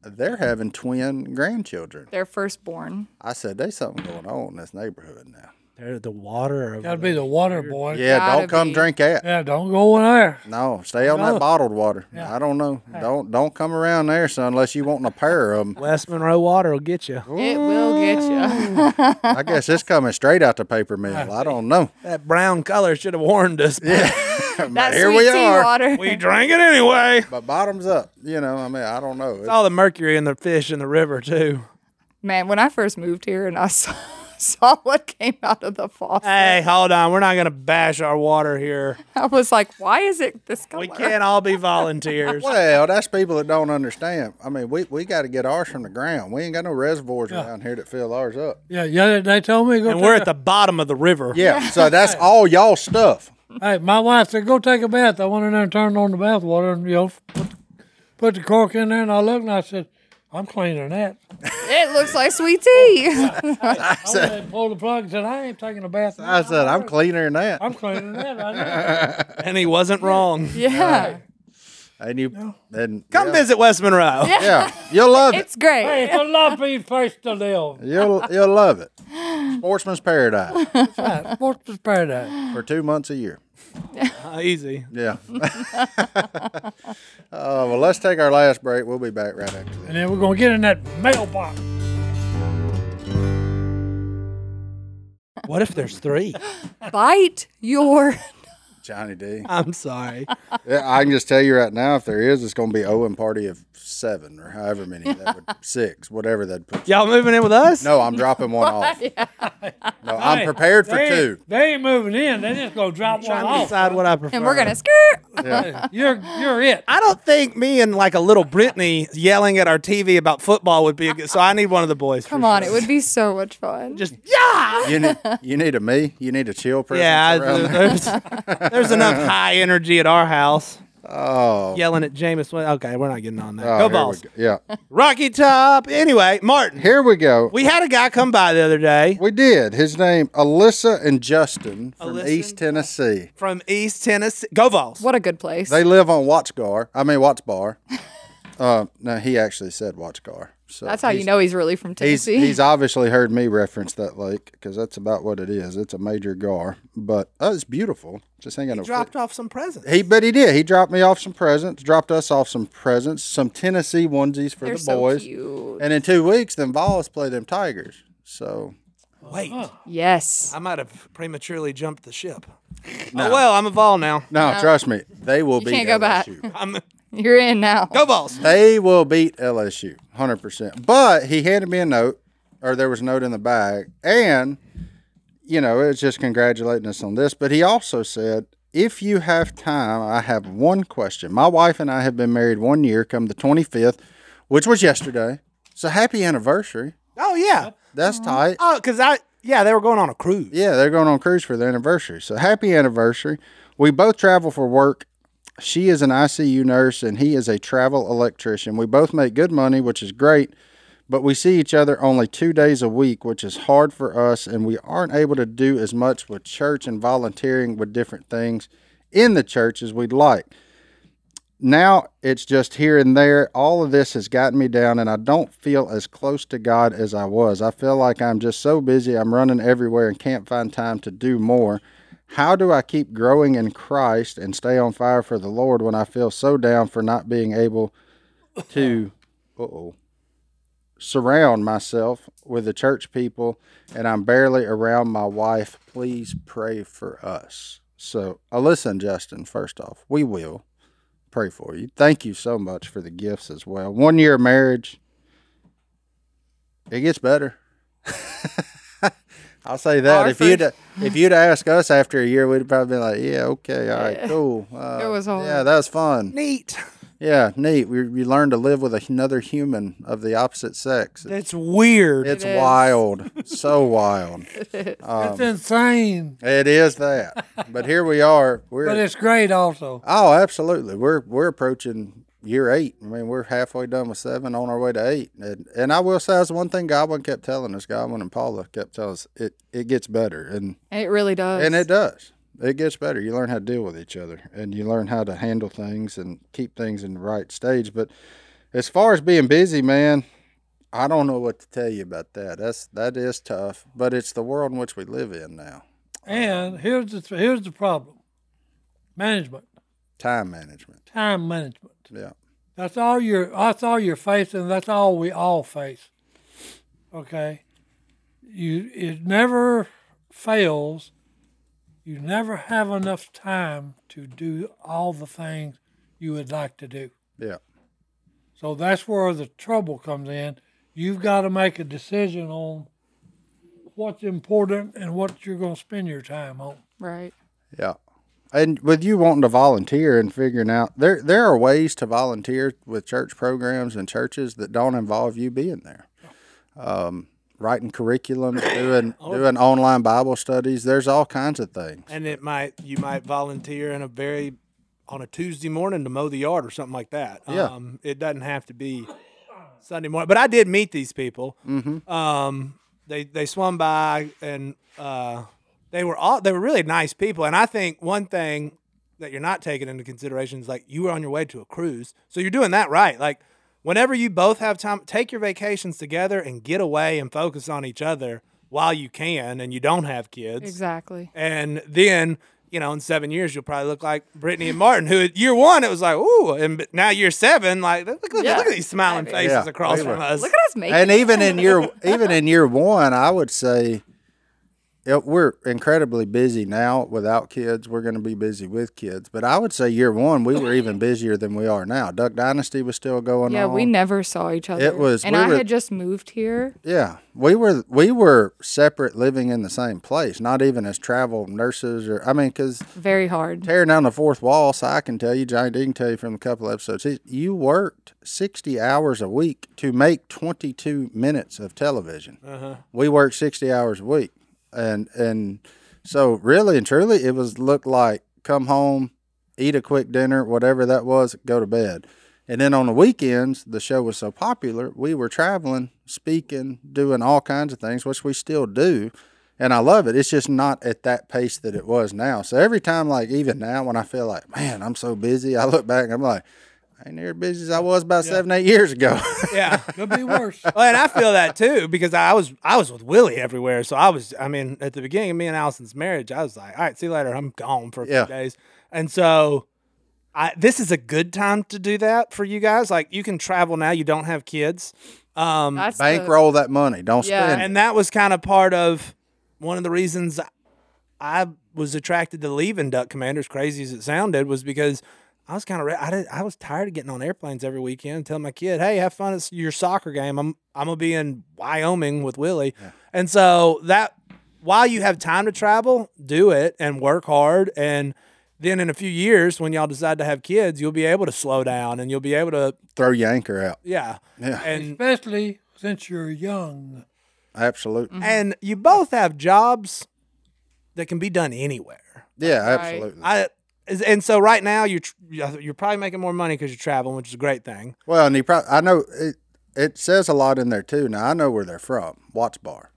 Speaker 1: they're having twin grandchildren.
Speaker 4: Their firstborn.
Speaker 1: I said there's something going on in this neighborhood now.
Speaker 5: They're the water. Of
Speaker 3: Gotta be the water boy.
Speaker 1: Yeah,
Speaker 4: Gotta
Speaker 1: don't come
Speaker 4: be.
Speaker 1: drink that.
Speaker 3: Yeah, don't go in there.
Speaker 1: No, stay on that bottled water. I don't know. Don't don't come around there, son, unless you want a pair of them.
Speaker 5: West Monroe water will get you.
Speaker 4: It will get you.
Speaker 1: I guess it's coming straight out the paper mill. I don't know.
Speaker 5: That brown color should have warned us.
Speaker 4: That
Speaker 1: But here
Speaker 4: sweet
Speaker 1: we
Speaker 4: tea
Speaker 1: are.
Speaker 4: water.
Speaker 5: [LAUGHS] We drank it anyway.
Speaker 1: But bottoms up, you know. I mean, I don't know.
Speaker 5: All the mercury in the fish in the river too.
Speaker 4: Man, when I first moved here and I [LAUGHS] saw, saw what came out of the faucet,
Speaker 5: Hey, hold on. We're not gonna bash our water here.
Speaker 4: I was like, why is it this [LAUGHS] color?
Speaker 5: We can't all be volunteers.
Speaker 1: well, that's people that don't understand. I mean, we, we got to get ours from the ground. We ain't got no reservoirs around here that fill ours up.
Speaker 3: Yeah, yeah. They told me to go.
Speaker 5: and
Speaker 3: take
Speaker 5: we're
Speaker 3: a-
Speaker 5: at the bottom of the river.
Speaker 1: Yeah. [LAUGHS] So that's all y'all stuff.
Speaker 3: [LAUGHS] Hey, my wife said, go take a bath. I went in there and turned on the bath water and, you know, put, put the cork in there. And I looked and I said, I'm cleaning that.
Speaker 4: It looks like sweet
Speaker 1: Oh
Speaker 4: tea.
Speaker 3: I
Speaker 1: [LAUGHS]
Speaker 3: went and pulled the plug and said, I ain't taking a bath.
Speaker 1: I said I'm cleaner than that.
Speaker 3: I'm cleaning that right now.
Speaker 5: [LAUGHS] And he wasn't wrong.
Speaker 4: [LAUGHS] yeah.
Speaker 1: And you and
Speaker 5: Come
Speaker 1: yeah.
Speaker 5: visit West Monroe.
Speaker 1: Yeah, you'll
Speaker 4: [LAUGHS]
Speaker 1: love it.
Speaker 4: It's great.
Speaker 3: Hey, it's a lovely place to live.
Speaker 1: You'll you'll love
Speaker 4: [LAUGHS]
Speaker 1: it. Sportsman's paradise
Speaker 3: Right, Sports is paradise.
Speaker 1: for two months a year.
Speaker 5: Uh, [LAUGHS] easy.
Speaker 1: Yeah. [LAUGHS] uh, well, let's take our last break. We'll be back right after this.
Speaker 3: And then we're going to get in that mailbox.
Speaker 5: What if there's three?
Speaker 4: Bite your.
Speaker 1: Johnny D.
Speaker 5: [LAUGHS] I'm sorry.
Speaker 1: Yeah, I can just tell you right now, if there is, it's going to be Owen party of seven or however many
Speaker 5: [LAUGHS]
Speaker 1: that would six, whatever that put.
Speaker 5: Y'all moving in with us?
Speaker 1: No, I'm dropping one
Speaker 5: [LAUGHS]
Speaker 1: off. No, I'm prepared for
Speaker 3: They
Speaker 1: two.
Speaker 3: ain't, they ain't moving in. They just going to drop one
Speaker 5: Trying to
Speaker 3: off.
Speaker 5: decide what I prefer.
Speaker 4: And we're going to skirt.
Speaker 3: You're, you're it.
Speaker 5: I don't think me and like a little Brittany yelling at our TV about football would be a good. So I need one of the boys. for
Speaker 4: Come on.
Speaker 5: sure.
Speaker 4: It would be so much fun.
Speaker 5: just yeah,
Speaker 1: You need you need a me. You need a chill person.
Speaker 5: yeah. I-
Speaker 1: around there.
Speaker 5: there's,
Speaker 1: [LAUGHS]
Speaker 5: there's enough high energy at our house.
Speaker 1: Oh,
Speaker 5: Yelling at Jameis. Wa- Okay, we're not getting on that.
Speaker 1: oh,
Speaker 5: go
Speaker 1: here we
Speaker 5: balls.
Speaker 1: go. Yeah,
Speaker 5: Rocky Top. Anyway, Martin.
Speaker 1: here we go.
Speaker 5: We had a guy come by the other day
Speaker 1: We did. His name Alyssa and Justin from
Speaker 5: Alyssa
Speaker 1: East
Speaker 5: and-
Speaker 1: Tennessee.
Speaker 5: from East Tennessee. Go Vols.
Speaker 4: What a good place.
Speaker 1: They live on Watchgar. I mean
Speaker 4: [LAUGHS]
Speaker 1: Watchbar. uh, no, he actually said Watchgar. So
Speaker 4: That's how you
Speaker 1: he's-
Speaker 4: know he's really from
Speaker 1: He's
Speaker 4: Tennessee.
Speaker 1: he's obviously heard me reference that lake because that's about what it is. It's a major gar, but uh, it's beautiful. Just ain't got no.
Speaker 5: Dropped off some presents.
Speaker 1: He but he did. He dropped me off some presents. Dropped us off some presents. Some Tennessee onesies for
Speaker 4: [LAUGHS] They're
Speaker 1: the
Speaker 4: so
Speaker 1: boys.
Speaker 4: cute.
Speaker 1: And in two weeks, then Vols play them Tigers. So
Speaker 5: Wait,
Speaker 4: Yes.
Speaker 5: I might have prematurely jumped the ship. Oh, well, I'm a Vol now.
Speaker 1: no, trust me, they will beat
Speaker 4: can't go back.
Speaker 1: LSU.
Speaker 5: I'm
Speaker 4: You're in now.
Speaker 5: go Vols.
Speaker 1: They will beat LSU, hundred percent. But he handed me a note, or there was a note in the bag, and you know it's just congratulating us on this. But he also said, if you have time, I have one question. My wife and I have been married one year, come the twenty fifth, which was yesterday. So happy anniversary.
Speaker 5: Oh yeah.
Speaker 1: That's tight.
Speaker 5: Oh, because I yeah they were going on a cruise.
Speaker 1: Yeah, they're going on cruise for their anniversary. So happy anniversary. We both travel for work. She is an ICU nurse and he is a travel electrician. We both make good money, which is great, but we see each other only two days a week, which is hard for us, and we aren't able to do as much with church and volunteering with different things in the church as we'd like. Now it's just here and there. All of this has gotten me down, and I don't feel as close to God as I was. I feel like I'm just so busy, I'm running everywhere and can't find time to do more. How do I keep growing in Christ and stay on fire for the Lord when I feel so down for not being able to? Uh oh. surround myself with the church people, and I'm barely around my wife. Please pray for us. So, uh, listen, Justin, first off, we will pray for you. Thank you so much for the gifts as well. One year of marriage, it gets better. [LAUGHS] I'll say that.
Speaker 4: Our
Speaker 1: if you'd
Speaker 4: first-
Speaker 1: if you'd ask us after a year, we'd probably be like, "Yeah, okay, all right, cool." Uh,
Speaker 4: It was
Speaker 1: Yeah,
Speaker 4: hard.
Speaker 1: that was fun.
Speaker 7: Neat.
Speaker 1: Yeah, neat. We, we learn to live with another human of the opposite sex.
Speaker 5: That's weird.
Speaker 1: It's
Speaker 4: is.
Speaker 1: wild.
Speaker 4: [LAUGHS]
Speaker 1: so wild. Um,
Speaker 3: It's insane,
Speaker 1: It is that. But here we are. We're
Speaker 3: but it's great also.
Speaker 1: Oh, absolutely. We're we're approaching year eight. I mean, we're halfway done with seven, on our way to eight. And and I will say that's one thing Godwin kept telling us, Godwin and Paula kept telling us it, it gets better and
Speaker 4: It really does.
Speaker 1: and it does. It gets better. You learn how to deal with each other and you learn how to handle things and keep things in the right stage. But as far as being busy, man, I don't know what to tell you about that. That's that is tough, but it's the world in which we live in now.
Speaker 3: And here's the th- here's the problem: management,
Speaker 1: Time management.
Speaker 3: time management.
Speaker 1: Yeah.
Speaker 3: That's all you're. That's all you're facing. That's all we all face. Okay, you. It never fails. You never have enough time to do all the things you would like to do.
Speaker 1: Yeah.
Speaker 3: So that's where the trouble comes in. You've got to make a decision on what's important and what you're going to spend your time on.
Speaker 4: Right.
Speaker 1: Yeah. And with you wanting to volunteer and figuring out there there are ways to volunteer with church programs and churches that don't involve you being there. Um, writing
Speaker 4: [COUGHS]
Speaker 1: curriculum, doing
Speaker 4: Oh.
Speaker 1: doing online Bible studies. There's all kinds of things.
Speaker 5: and it might you might volunteer in a very on a Tuesday morning to mow the yard or something like that.
Speaker 1: Yeah.
Speaker 5: Um, it doesn't have to be Sunday morning. But I did meet these people. Um, they they swung by and uh, they were all they were really nice people. And I think one thing that you're not taking into consideration is like you were on your way to a cruise, so you're doing that right. Like whenever you both have time, take your vacations together and get away and focus on each other while you can, and you don't have kids.
Speaker 4: Exactly.
Speaker 5: And then, you know, in seven years, you'll probably look like Brittany and Martin, who at year one, it was like, ooh. And b- now year seven, like, look, look,
Speaker 4: Yeah.
Speaker 5: look at these smiling
Speaker 4: Yeah.
Speaker 5: faces
Speaker 1: Yeah.
Speaker 5: across
Speaker 1: They
Speaker 5: from
Speaker 1: were-
Speaker 5: us.
Speaker 4: Look at us making.
Speaker 1: and even in
Speaker 4: [LAUGHS]
Speaker 1: year even in year one, I would say yeah, we're incredibly busy now without kids. We're going to be busy with kids, but I would say year one we were even busier than we are now. Duck Dynasty was still going
Speaker 4: yeah,
Speaker 1: on.
Speaker 4: we never saw each other.
Speaker 1: Oh. was-
Speaker 4: and
Speaker 1: we
Speaker 4: I
Speaker 1: were-
Speaker 4: had just moved here.
Speaker 1: Yeah, we were we were separate, living in the same place. Not even as travel nurses, or I mean, because
Speaker 4: Very hard.
Speaker 1: tearing down the fourth wall. So I can tell you, Johnny D can tell you from a couple episodes. He, you worked sixty hours a week to make twenty two minutes of television. We worked sixty hours a week, and and so really and truly, it was looked like come home, eat a quick dinner, whatever that was, go to bed. And then on the weekends, the show was so popular, we were traveling, speaking, doing all kinds of things, which we still do. And I love it. It's just not at that pace that it was now. So every time, like even now, when I feel like, man, I'm so busy, I look back and I'm like, I ain't near as busy as I was about seven, eight years ago. [LAUGHS]
Speaker 4: [LAUGHS]
Speaker 5: Yeah.
Speaker 3: Could be worse.
Speaker 5: Well, and I feel that too because I was I was with Willie everywhere. So I was I mean at the beginning of me and Allison's marriage, I was like, all right, see you later. I'm gone for a
Speaker 1: Yeah.
Speaker 5: few days, and so I this is a good time to do that for you guys. Like you can travel now. You don't have kids. Um,
Speaker 4: That's the-
Speaker 1: Bankroll that money. Don't
Speaker 4: Yeah.
Speaker 1: spend it.
Speaker 5: and that was kind of part of one of the reasons I was attracted to leaving Duck Commanders. Crazy as it sounded, was because I was kind of I did, I was tired of getting on airplanes every weekend. and Telling my kid, "Hey, have fun at your soccer game. I'm I'm gonna be in Wyoming with Willie." And so that while you have time to travel, do it and work hard and. Then in a few years, when y'all decide to have kids, you'll be able to slow down and you'll be able to,
Speaker 1: Throw your anchor out.
Speaker 5: yeah,
Speaker 1: Yeah.
Speaker 5: and
Speaker 3: Especially since you're young.
Speaker 4: Mm-hmm.
Speaker 1: Absolutely.
Speaker 5: and you both have jobs that can be done anywhere.
Speaker 1: Yeah,
Speaker 4: Right.
Speaker 1: absolutely.
Speaker 5: I is- and so right now you're tr- you're probably making more money because you're traveling, which is a great thing.
Speaker 1: Well, and he probably, I know it, it says a lot in there too. Now, I know where they're from, Watts Bar.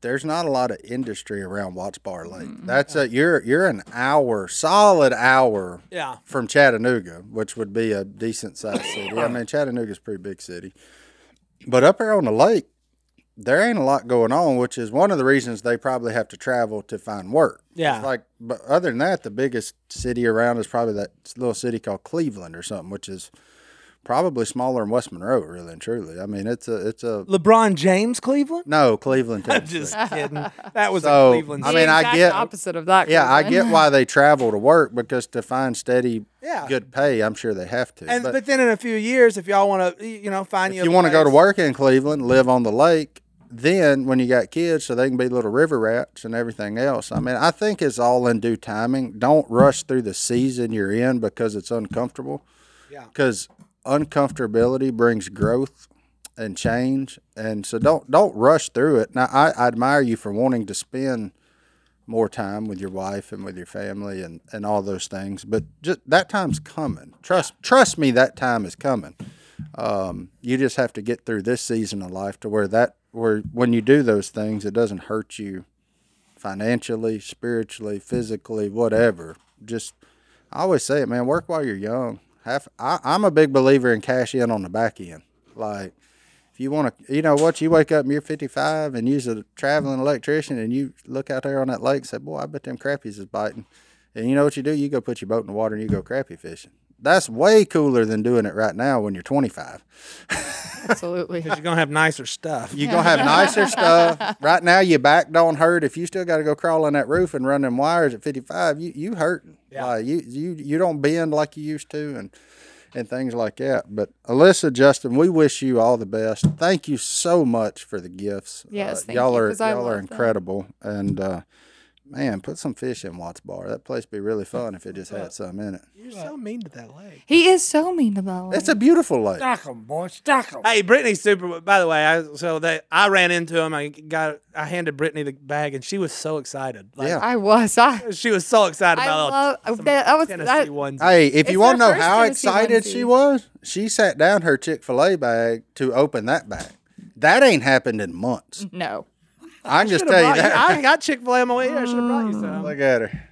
Speaker 1: There's not a lot of industry around Watts Bar Lake. That's a, you're, you're an hour, solid hour
Speaker 5: Yeah,
Speaker 1: from Chattanooga, which would be a decent sized city. I mean, Chattanooga's a pretty big city. But up here on the lake, there ain't a lot going on, which is one of the reasons they probably have to travel to find work.
Speaker 5: Yeah.
Speaker 1: It's like, but other than that, the biggest city around is probably that little city called Cleveland or something, which is probably smaller than West Monroe, really and truly. I mean, it's a it's a
Speaker 5: LeBron James, Cleveland.
Speaker 1: no Cleveland, Tennessee.
Speaker 5: [LAUGHS] Just [LAUGHS] kidding. That was
Speaker 1: So,
Speaker 5: a Cleveland.
Speaker 1: I mean,
Speaker 4: the
Speaker 1: I
Speaker 4: exact
Speaker 1: get-
Speaker 4: opposite of that.
Speaker 1: yeah, I
Speaker 4: Cleveland.
Speaker 1: get why they travel to work because to find steady,
Speaker 5: Yeah.
Speaker 1: good pay, I'm sure they have to.
Speaker 5: and
Speaker 1: but
Speaker 5: but, then in a few years, if y'all want to, you know, find
Speaker 1: if you want to go to work in Cleveland, live on the lake, then when you got kids, so they can be little river rats and everything else. I mean, I think it's all in due timing. Don't rush through the season you're in because it's uncomfortable.
Speaker 5: Yeah.
Speaker 1: Because uncomfortability brings growth and change, and so don't don't rush through it. Now, I, I admire you for wanting to spend more time with your wife and with your family and, and all those things. But just that time's coming. Trust trust me, that time is coming. Um, you just have to get through this season of life to where that where when you do those things, it doesn't hurt you financially, spiritually, physically, whatever. Just I always say it, man. Work while you're young. Half I, I'm a big believer in cash in on the back end. Like if you want to, you know what, you wake up and you're 55 and you're a traveling electrician and you look out there on that lake and say, boy, I bet them crappies is biting. And you know what you do? You go put your boat in the water and you go crappie fishing. That's way cooler than doing it right now when you're 25.
Speaker 4: [LAUGHS]
Speaker 1: [LAUGHS]
Speaker 4: Absolutely.
Speaker 5: You're gonna have nicer stuff.
Speaker 1: You're going to have nicer
Speaker 4: [LAUGHS]
Speaker 1: stuff. Right now, your back don't hurt. If you still got to go crawl on that roof and run them wires at 55, you, you hurting. Like, you, you, you don't bend like you used to. And, and things like that. But Alyssa, Justin, we wish you all the best. Thank you so much for the gifts. Uh,
Speaker 4: Yes, thank
Speaker 1: y'all
Speaker 4: you,
Speaker 1: are
Speaker 4: 'cause I
Speaker 1: y'all are
Speaker 4: love them.
Speaker 1: incredible. And uh, man, put some fish in Watts Bar. That place be really fun if it just had some in it.
Speaker 5: You're so mean to that lake.
Speaker 4: He is so mean to Bella.
Speaker 1: It's a beautiful lake.
Speaker 3: Stack 'em, boy. Stack 'em.
Speaker 5: Hey, Brittany's super. By the way, I, so they, I ran into him. I got, I handed Brittany the bag, and she was so excited. Like,
Speaker 1: Yeah.
Speaker 4: I was. I,
Speaker 5: she was so excited
Speaker 4: I
Speaker 5: about
Speaker 4: love
Speaker 5: some
Speaker 4: that. I was.
Speaker 5: Tennessee
Speaker 4: That,
Speaker 5: ones.
Speaker 1: Hey, if
Speaker 4: It's
Speaker 1: you want to
Speaker 4: their
Speaker 1: know
Speaker 4: first
Speaker 1: how
Speaker 4: Tennessee
Speaker 1: excited
Speaker 4: onesie.
Speaker 1: she was, she sat down her Chick Fil A bag to open that bag. That ain't happened in months. [LAUGHS]
Speaker 4: no.
Speaker 1: I can just tell you that. Mm.
Speaker 5: I ain't got Chick Fil A on my way here. I should have brought you
Speaker 1: [LAUGHS]
Speaker 5: some.
Speaker 1: Look at her.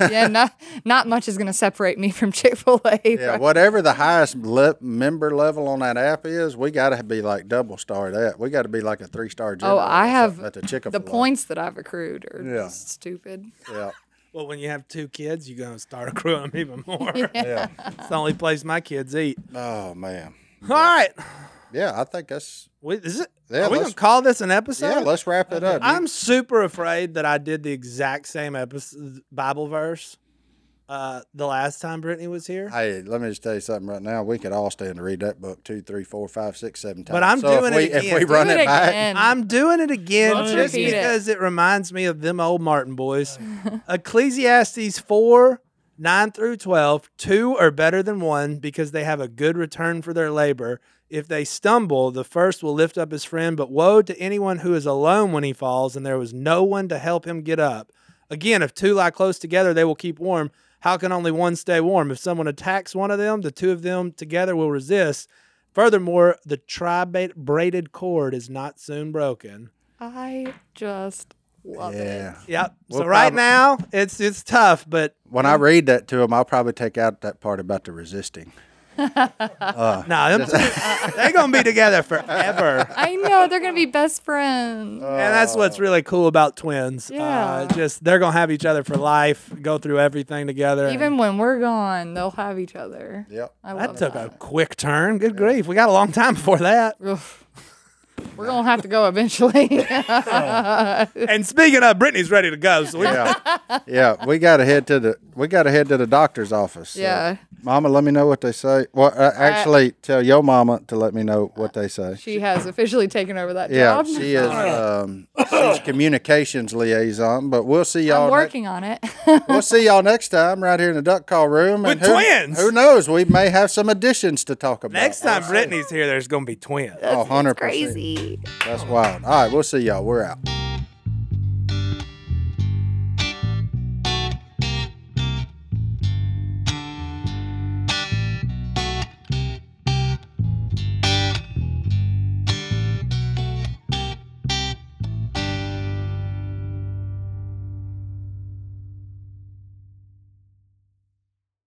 Speaker 4: Yeah. Not, not much is going to separate me from [LAUGHS] Chick Fil A.
Speaker 1: Yeah, whatever the highest le- member level on that app is, we got to be like double star that. We got to be like a three star.
Speaker 4: Oh, I have
Speaker 1: at the
Speaker 4: the,
Speaker 1: chicken.
Speaker 4: points that I've accrued are
Speaker 1: Yeah.
Speaker 4: just stupid.
Speaker 1: Yeah,
Speaker 5: Well, when you have two kids, you're gonna start [LAUGHS] accruing them even more. it's the only place my kids eat.
Speaker 1: Oh man.
Speaker 5: All right,
Speaker 1: Yeah, I think that's.
Speaker 5: we, is it?
Speaker 1: Yeah,
Speaker 5: are we gonna
Speaker 1: let's-
Speaker 5: call this an episode?
Speaker 1: yeah, let's wrap it up.
Speaker 5: I'm super afraid that I did the exact same episode, Bible verse uh, the last time Brittany was here.
Speaker 1: Hey, let me just tell you something right now. We could all stand to read that book two, three, four, five, six, seven times.
Speaker 5: But I'm
Speaker 1: So
Speaker 5: doing
Speaker 1: if we,
Speaker 5: it again.
Speaker 1: If we
Speaker 5: Do
Speaker 1: run
Speaker 4: Do
Speaker 1: it,
Speaker 4: it
Speaker 1: back,
Speaker 4: again.
Speaker 5: I'm doing it again
Speaker 3: Let's
Speaker 5: just
Speaker 4: repeat it.
Speaker 5: because it. reminds me of them old Martin boys. [LAUGHS] Ecclesiastes 4 9 through 12. Two are better than one because they have a good return for their labor. If they stumble, the first will lift up his friend, but woe to anyone who is alone when he falls and there was no one to help him get up. Again, if two lie close together, they will keep warm. How can only one stay warm? If someone attacks one of them, the two of them together will resist. Furthermore, the tri braided cord is not soon broken.
Speaker 4: I just love
Speaker 1: yeah.
Speaker 5: Yep. so
Speaker 1: We'll
Speaker 5: right
Speaker 1: prob-
Speaker 5: now it's it's tough, but
Speaker 1: When I read that to him, I'll probably take out that part about the resisting. Uh,
Speaker 5: no, them two- they're gonna be together forever.
Speaker 4: it. I know they're going to be best
Speaker 1: [LAUGHS]
Speaker 4: friends.
Speaker 5: And
Speaker 1: Oh.
Speaker 5: that's what's really cool about twins.
Speaker 4: Yeah.
Speaker 5: Uh, just they're gonna have each other for life, go through everything together.
Speaker 4: Even when we're gone, they'll have each other.
Speaker 1: Yep.
Speaker 4: I
Speaker 5: that
Speaker 4: love
Speaker 5: took
Speaker 4: that.
Speaker 5: a quick turn. Good grief, we got a long time
Speaker 4: [LAUGHS]
Speaker 5: before that.
Speaker 4: Oof. We're gonna have to
Speaker 1: [LAUGHS]
Speaker 4: go eventually.
Speaker 5: And speaking of, Brittany's ready to go, so we
Speaker 1: Yeah, [LAUGHS] yeah. We got to head to the we got to head to the doctor's office. so.
Speaker 4: Yeah.
Speaker 1: Mama, let me know what they say. Well, uh, actually, tell your mama to let me know what they say.
Speaker 4: she has officially taken over that
Speaker 1: Yeah,
Speaker 4: job. [LAUGHS]
Speaker 1: she is. Um, she's communications liaison. But we'll see y'all.
Speaker 4: I'm
Speaker 1: ne-
Speaker 4: working on it. [LAUGHS]
Speaker 1: we'll see y'all next time right here in the duck call room.
Speaker 5: With
Speaker 1: who,
Speaker 5: twins!
Speaker 1: Who knows? We may have some additions to talk about.
Speaker 5: next time Brittany's here, there's gonna be twins.
Speaker 1: oh, 100%.
Speaker 4: Crazy.
Speaker 1: That's wild. All right, we'll see y'all. We're out.